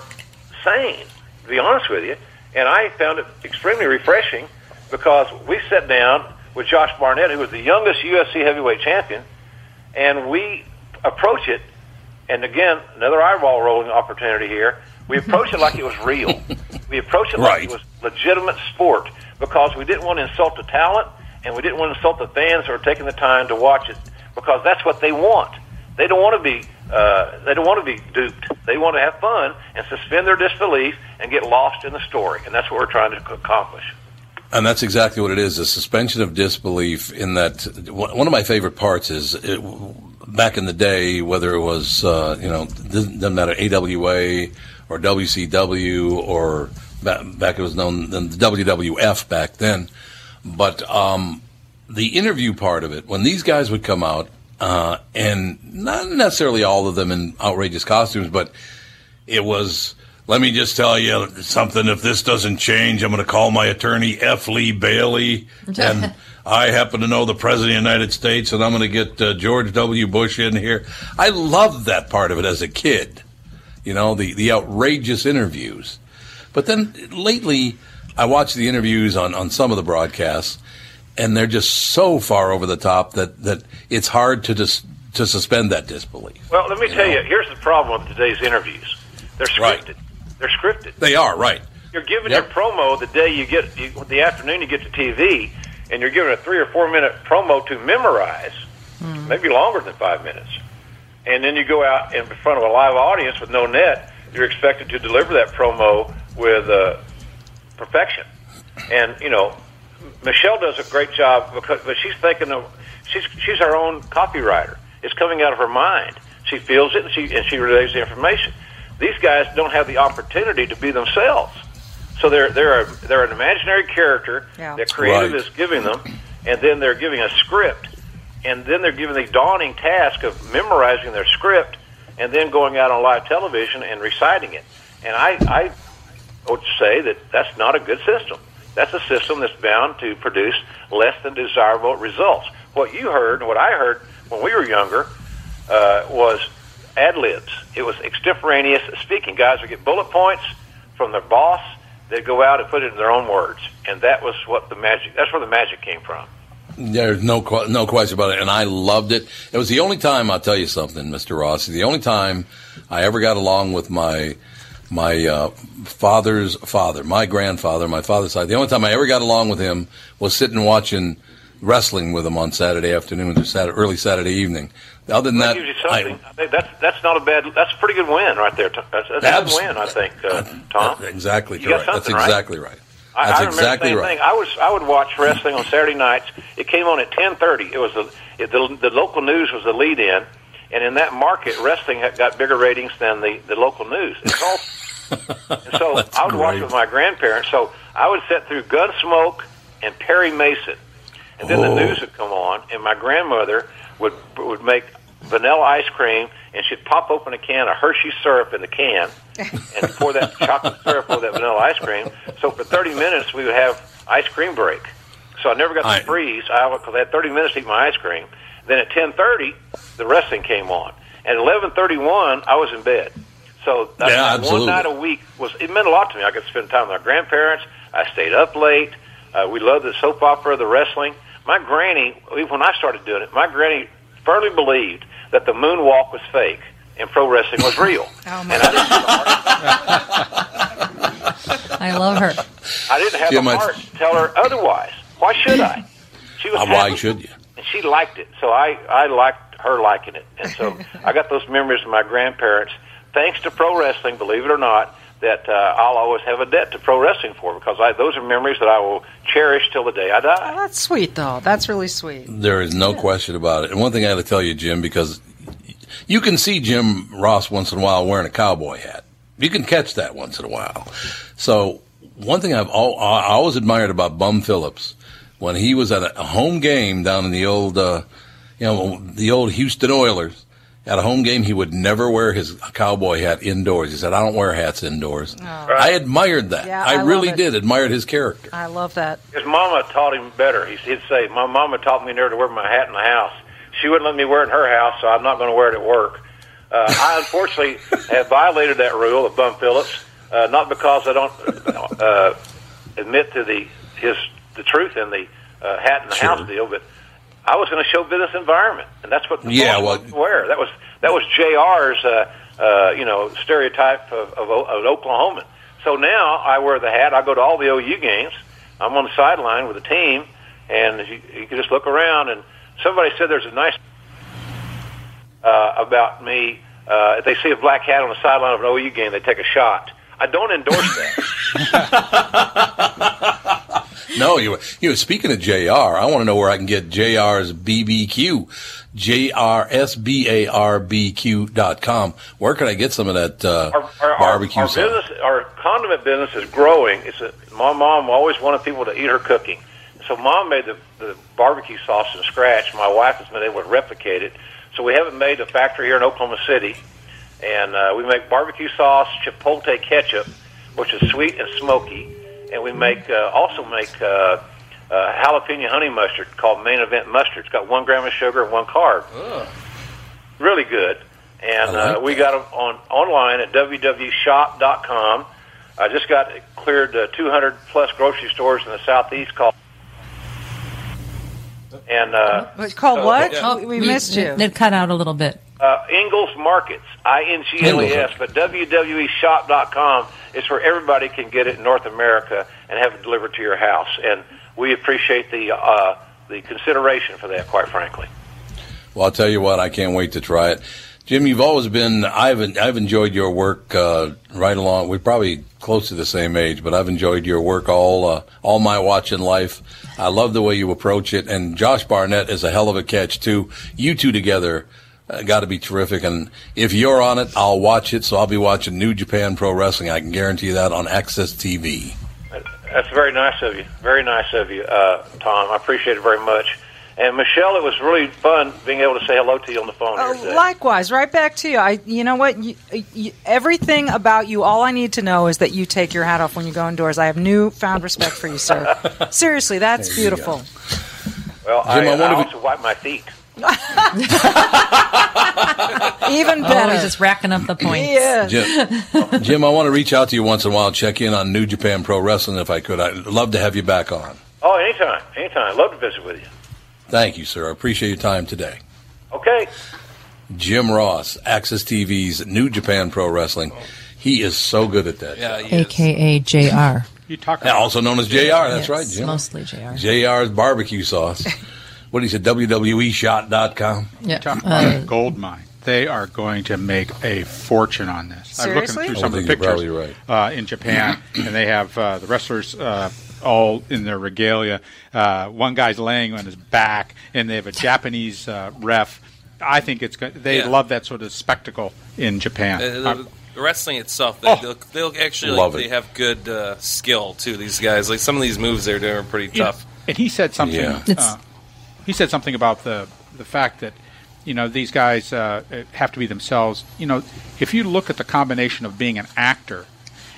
S15: sane, to be honest with you. And I found it extremely refreshing because we sat down with Josh Barnett, who was the youngest UFC heavyweight champion, and we approach it. And again, another eyeball rolling opportunity here. We approach it like it was real. We approach it like it was legitimate sport because we didn't want to insult the talent and we didn't want to insult the fans who are taking the time to watch it because that's what they want. They don't want to be uh, they don't want to be duped. They want to have fun and suspend their disbelief and get lost in the story, and that's what we're trying to ac- accomplish.
S3: And that's exactly what it is a suspension of disbelief. In that, one one of my favorite parts is it, back in the day, whether it was, uh, you know, doesn't doesn't matter, AWA or WCW or ba- back it was known then the WWF back then. But um, the interview part of it, when these guys would come out, uh, and not necessarily all of them in outrageous costumes, but it was. Let me just tell you something. If this doesn't change, I'm going to call my attorney F. Lee Bailey, and I happen to know the president of the United States, and I'm going to get uh, George W. Bush in here. I loved that part of it as a kid, you know, the the outrageous interviews. But then lately, I watch the interviews on on some of the broadcasts, and they're just so far over the top that that it's hard to dis- to suspend that disbelief.
S15: Well, let me tell you, here's the problem with today's interviews. They're scripted. They're scripted.
S3: They are right.
S15: You're giving your promo the day you get you, the afternoon you get to TV, and you're giving a three or four minute promo to memorize, maybe longer than five minutes, and then you go out in front of a live audience with no net. You're expected to deliver that promo with uh, perfection, and you know Michelle does a great job because but she's thinking of she's she's our own copywriter. It's coming out of her mind. She feels it and she and she relays the information. These guys don't have the opportunity to be themselves, so they're they're a, they're an imaginary character
S7: Yeah.
S15: that creative
S7: Right.
S15: is giving them, and then they're giving a script, and then they're given the daunting task of memorizing their script, and then going out on live television and reciting it. And I I would say that that's not a good system. That's a system that's bound to produce less than desirable results. What you heard and what I heard when we were younger uh, was ad libs. It was extemporaneous speaking. Guys would get bullet points from their boss. They'd go out and put it in their own words, and that was what the magic. That's where the magic came from.
S3: There's no que- no question about it, and I loved it. It was the only time I'll tell you something, Mister Ross. The only time I ever got along with my my uh, father's father, my grandfather, my father's side. The only time I ever got along with him was sitting watching wrestling with him on Saturday afternoons or Saturday, early Saturday evening. Other than that,
S15: Gives you
S3: Uh, I-
S15: something. I, think that's that's not a bad. That's a pretty good win right there. Tom. That's, that's a
S3: Abs-
S15: good win, I think, uh, Tom.
S3: exactly
S15: You got
S3: correct. That's
S15: something, right?
S3: exactly right.
S15: I,
S3: That's
S15: I remember
S3: exactly
S15: the same
S3: right.
S15: thing. I was I would watch wrestling on Saturday nights. It came on at ten thirty. It was the, it, the the local news was the lead in, and in that market, wrestling had got bigger ratings than the the local news. It's all and so I would watch
S7: great.
S15: with my grandparents. So I would sit through Gunsmoke and Perry Mason, and then the news would come on, and my grandmother would would make vanilla ice cream, and she'd pop open a can of Hershey syrup in the can, and pour that chocolate syrup over that vanilla ice cream. So for thirty minutes we would have ice cream break. So I never got to
S3: I-
S15: freeze. I would- 'cause I had thirty minutes to eat my ice cream. Then at ten thirty, the wrestling came on. At eleven thirty one, I was in bed. So I
S3: Yeah,
S15: mean,
S3: absolutely.
S15: one night a week was it meant a lot to me. I could spend time with my grandparents. I stayed up late. Uh, we loved the soap opera, the wrestling. My granny, when I started doing it, my granny firmly believed that the moonwalk was fake and pro wrestling was real.
S17: Oh
S15: my God.
S17: I love her.
S15: I didn't have
S3: See,
S15: the
S3: my-
S15: heart to tell her otherwise. Why should I? She was
S3: Uh,
S15: happy,
S3: why should you?
S15: and she liked it. So I I liked her liking it, and so I got those memories of my grandparents. Thanks to pro wrestling, believe it or not, that uh, I'll always have a debt to pro wrestling for because I, those are memories that I will cherish till the day I die.
S18: That's sweet, though. That's really sweet.
S3: There is no question about it. And one thing I had to tell you, Jim, because you can see Jim Ross once in a while wearing a cowboy hat. You can catch that once in a while. So one thing I've al- I always admired about Bum Phillips when he was at a a home game down in the old, uh, you know, the old Houston Oilers. At a home game, he would never wear his cowboy hat indoors. He said, "I don't wear hats indoors." I admired that.
S18: Oh. Yeah, I
S3: I,
S18: love
S3: really
S18: it.
S3: did admired his character.
S18: I love that.
S15: His mama taught him better. He, he'd say, "My mama taught me never to wear my hat in the house. She wouldn't let me wear it in her house, so I'm not going to wear it at work." Uh, I unfortunately have violated that rule of Bum Phillips, uh, not because I don't uh, admit to the his the truth in the uh, hat in the house deal, but I was in a show business environment, and that's what the
S3: Yeah,
S15: boss
S3: well-
S15: wanted to wear. That was that was Jr's uh, uh, you know stereotype of, of, O- of an Oklahoman. So now I wear the hat. I go to all the OU games. I'm on the sideline with the team, and you, you can just look around. And somebody said there's a nice uh, about me. Uh, if they see a black hat on the sideline of an OU game, they take a shot. I don't endorse that.
S3: No, you were, you were speaking of JR. I want to know where I can get JR's BBQ. jrsbarbq dot com. Where can I get some of that uh,
S15: Our, our,
S3: barbecue
S15: our
S3: sauce?
S15: business, our condiment business is growing. It's a, my mom always wanted people to eat her cooking, so mom made the, the barbecue sauce from scratch. My wife has been able to replicate it, so we haven't made a factory here in Oklahoma City, and uh, we make barbecue sauce, chipotle ketchup, which is sweet and smoky, and we make uh, also make uh, uh, jalapeno honey mustard called Main Event mustard. It's got one gram of sugar and one carb really good. And
S16: I like
S15: uh, we got 'em got them on online at www.shop.com. I just got it cleared uh, 200 plus grocery stores in the southeast called. And uh,
S18: It's called
S16: Oh,
S15: so-
S18: what? We missed you.
S17: Oh, It cut out a little bit.
S15: uh, Ingles Markets, I N G L E S, but E www.shop.com is where everybody can get it in North America and have it delivered to your house. And we appreciate the uh, the consideration for that, quite frankly.
S3: Well, I'll tell you what, I can't wait to try it. Jim, you've always been, I've, I've enjoyed your work uh, right along. We're probably close to the same age, but I've enjoyed your work all uh, all my watch in life. I love the way you approach it, and Josh Barnett is a hell of a catch too. You two together uh, got to be terrific. And if you're on it, I'll watch it. So I'll be watching New Japan Pro Wrestling. I can guarantee you that on Access TV.
S15: That's very nice of you. Very nice of you, uh, Tom. I appreciate it very much. And Michelle, it was really fun being able to say hello to you on the phone here today.
S18: Oh, Likewise, right back to you. I, you know what? You, you, everything about you, all I need to know is that you take your hat off when you go indoors. I have newfound respect for you, sir. Seriously, that's
S15: There you go.
S18: beautiful.
S15: well, I,
S18: Jim, I
S15: I,
S18: wonder if
S15: also wipe my feet.
S18: Even
S17: Oh,
S18: better.
S17: he's just racking up the points.
S18: Yeah.
S3: Jim, Jim, I want to reach out to you once in a while, check in on New Japan Pro Wrestling if I could. I'd love to have you back on.
S15: Oh, anytime, anytime. Love to visit with you.
S3: Thank you, sir. I appreciate your time today.
S15: Okay.
S3: Jim Ross, Access TV's New Japan Pro Wrestling. He is so good at that. Yeah,
S17: AKA JR.
S3: You talk also known as JR. That's
S17: Yes,
S3: right, Jim.
S17: Mostly JR.
S3: JR's barbecue sauce. what do you say? E WWEshot.com.
S17: Yeah.
S9: Talk
S17: Uh,
S9: about a gold mine. They are going to make a fortune on this.
S17: Seriously?
S9: I'm
S17: I
S9: looking through some of the
S3: think you're
S9: pictures
S3: probably right.
S9: uh, in Japan, and they have uh, the wrestlers uh, all in their regalia. Uh, one guy's laying on his back, and they have a Japanese uh, ref. I think it's good. They
S19: Yeah.
S9: love that sort of spectacle in Japan.
S19: Uh,
S9: I'm-
S19: the, the wrestling itself, they, they, look, they look actually
S9: Oh, Love
S19: like,
S9: it.
S19: they have good uh, skill too. These guys, like some of these moves they're doing are pretty tough.
S9: And he said something.
S19: Yeah.
S9: Uh, he said something about the the fact that you know these guys uh, have to be themselves. You know, if you look at the combination of being an actor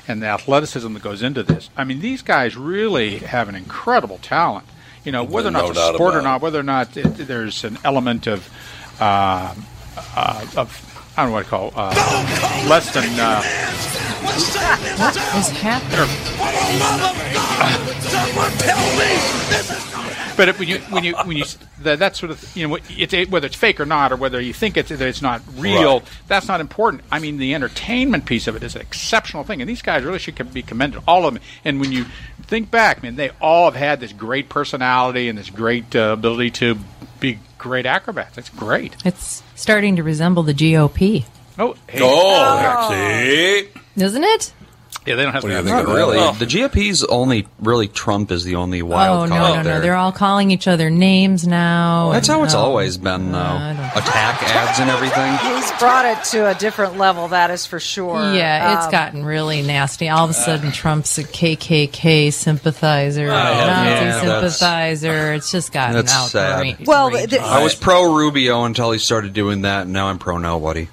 S9: and the athleticism that goes into this, I mean, these guys really have an incredible talent. You know, whether or
S12: No
S9: not it's
S12: doubt
S9: a sport or
S12: about
S9: not, whether or not it, there's an element of uh, uh, of I don't know what to call it, uh, less than uh,
S17: what is happening?
S9: But if, when you when you when you s- that, that sort of you know it's it, whether it's fake or not or whether you think it's that it's not real
S12: Right.
S9: that's not important. I mean the entertainment piece of it is an exceptional thing, and these guys really should com- be commended, all of them. And when you think back, man, they all have had this great personality and this great uh, ability to be great acrobats. That's great.
S17: It's starting to resemble the GOP,
S9: Oh, hey.
S17: Oh,
S3: see?
S17: isn't it?
S9: Yeah, they don't have
S17: to have
S10: Not
S17: that.
S10: really.
S17: Oh.
S10: The GOP's only really Trump is the only
S17: oh
S10: wild
S17: no,
S10: card
S17: no,
S10: there.
S17: no! They're all calling each other names now.
S10: That's
S17: and,
S10: how it's
S17: uh,
S10: always been, though. Attack ads and everything.
S18: He's brought it to a different level, that is for sure.
S17: Yeah, it's
S18: Um,
S17: gotten really nasty. All of a sudden, Trump's a KKK sympathizer,
S10: Oh,
S17: Nazi
S10: yeah, that's-
S17: sympathizer. It's just gotten
S10: That's
S17: out.
S10: sad.
S18: Well, the,
S10: I was pro Rubio until he started doing that, and now I'm pro nobody.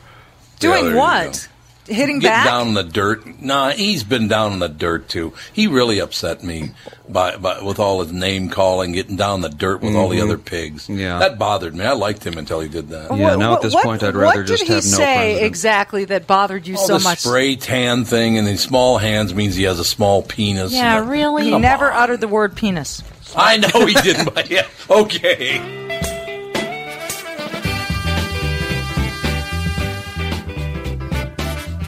S18: doing what? Hitting
S10: Get
S18: back?
S3: Down in the dirt. Nah, he's been down in the dirt too. He really upset me by, by with all his name calling, getting down in the dirt with all the
S10: Mhm.
S3: other pigs.
S10: Yeah.
S3: that bothered me. I liked him until he did that.
S10: Yeah, now at this
S18: what-
S10: point, I'd
S18: what
S10: rather
S18: did
S10: just
S18: he
S10: have no
S18: say
S10: president.
S18: exactly that bothered you
S3: All
S18: so
S3: the
S18: much?
S3: spray tan thing and the small hands means he has a small penis.
S18: Yeah, really? He
S3: Come
S18: never uttered the word penis.
S3: I know he didn't, but yeah, okay.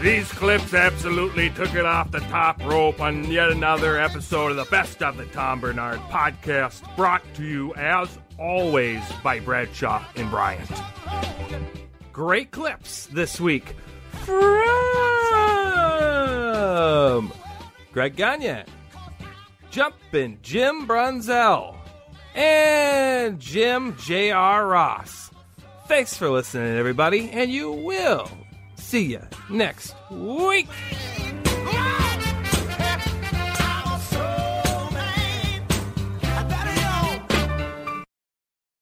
S8: These clips absolutely took it off the top rope on yet another episode of the Best of the Tom Bernard podcast, brought to you as always by Bradshaw and Bryant. Great clips this week from Greg Gagne, Jumpin' Jim Brunzel, and Jim J.R. Ross. Thanks for listening, everybody, and you will see ya next week.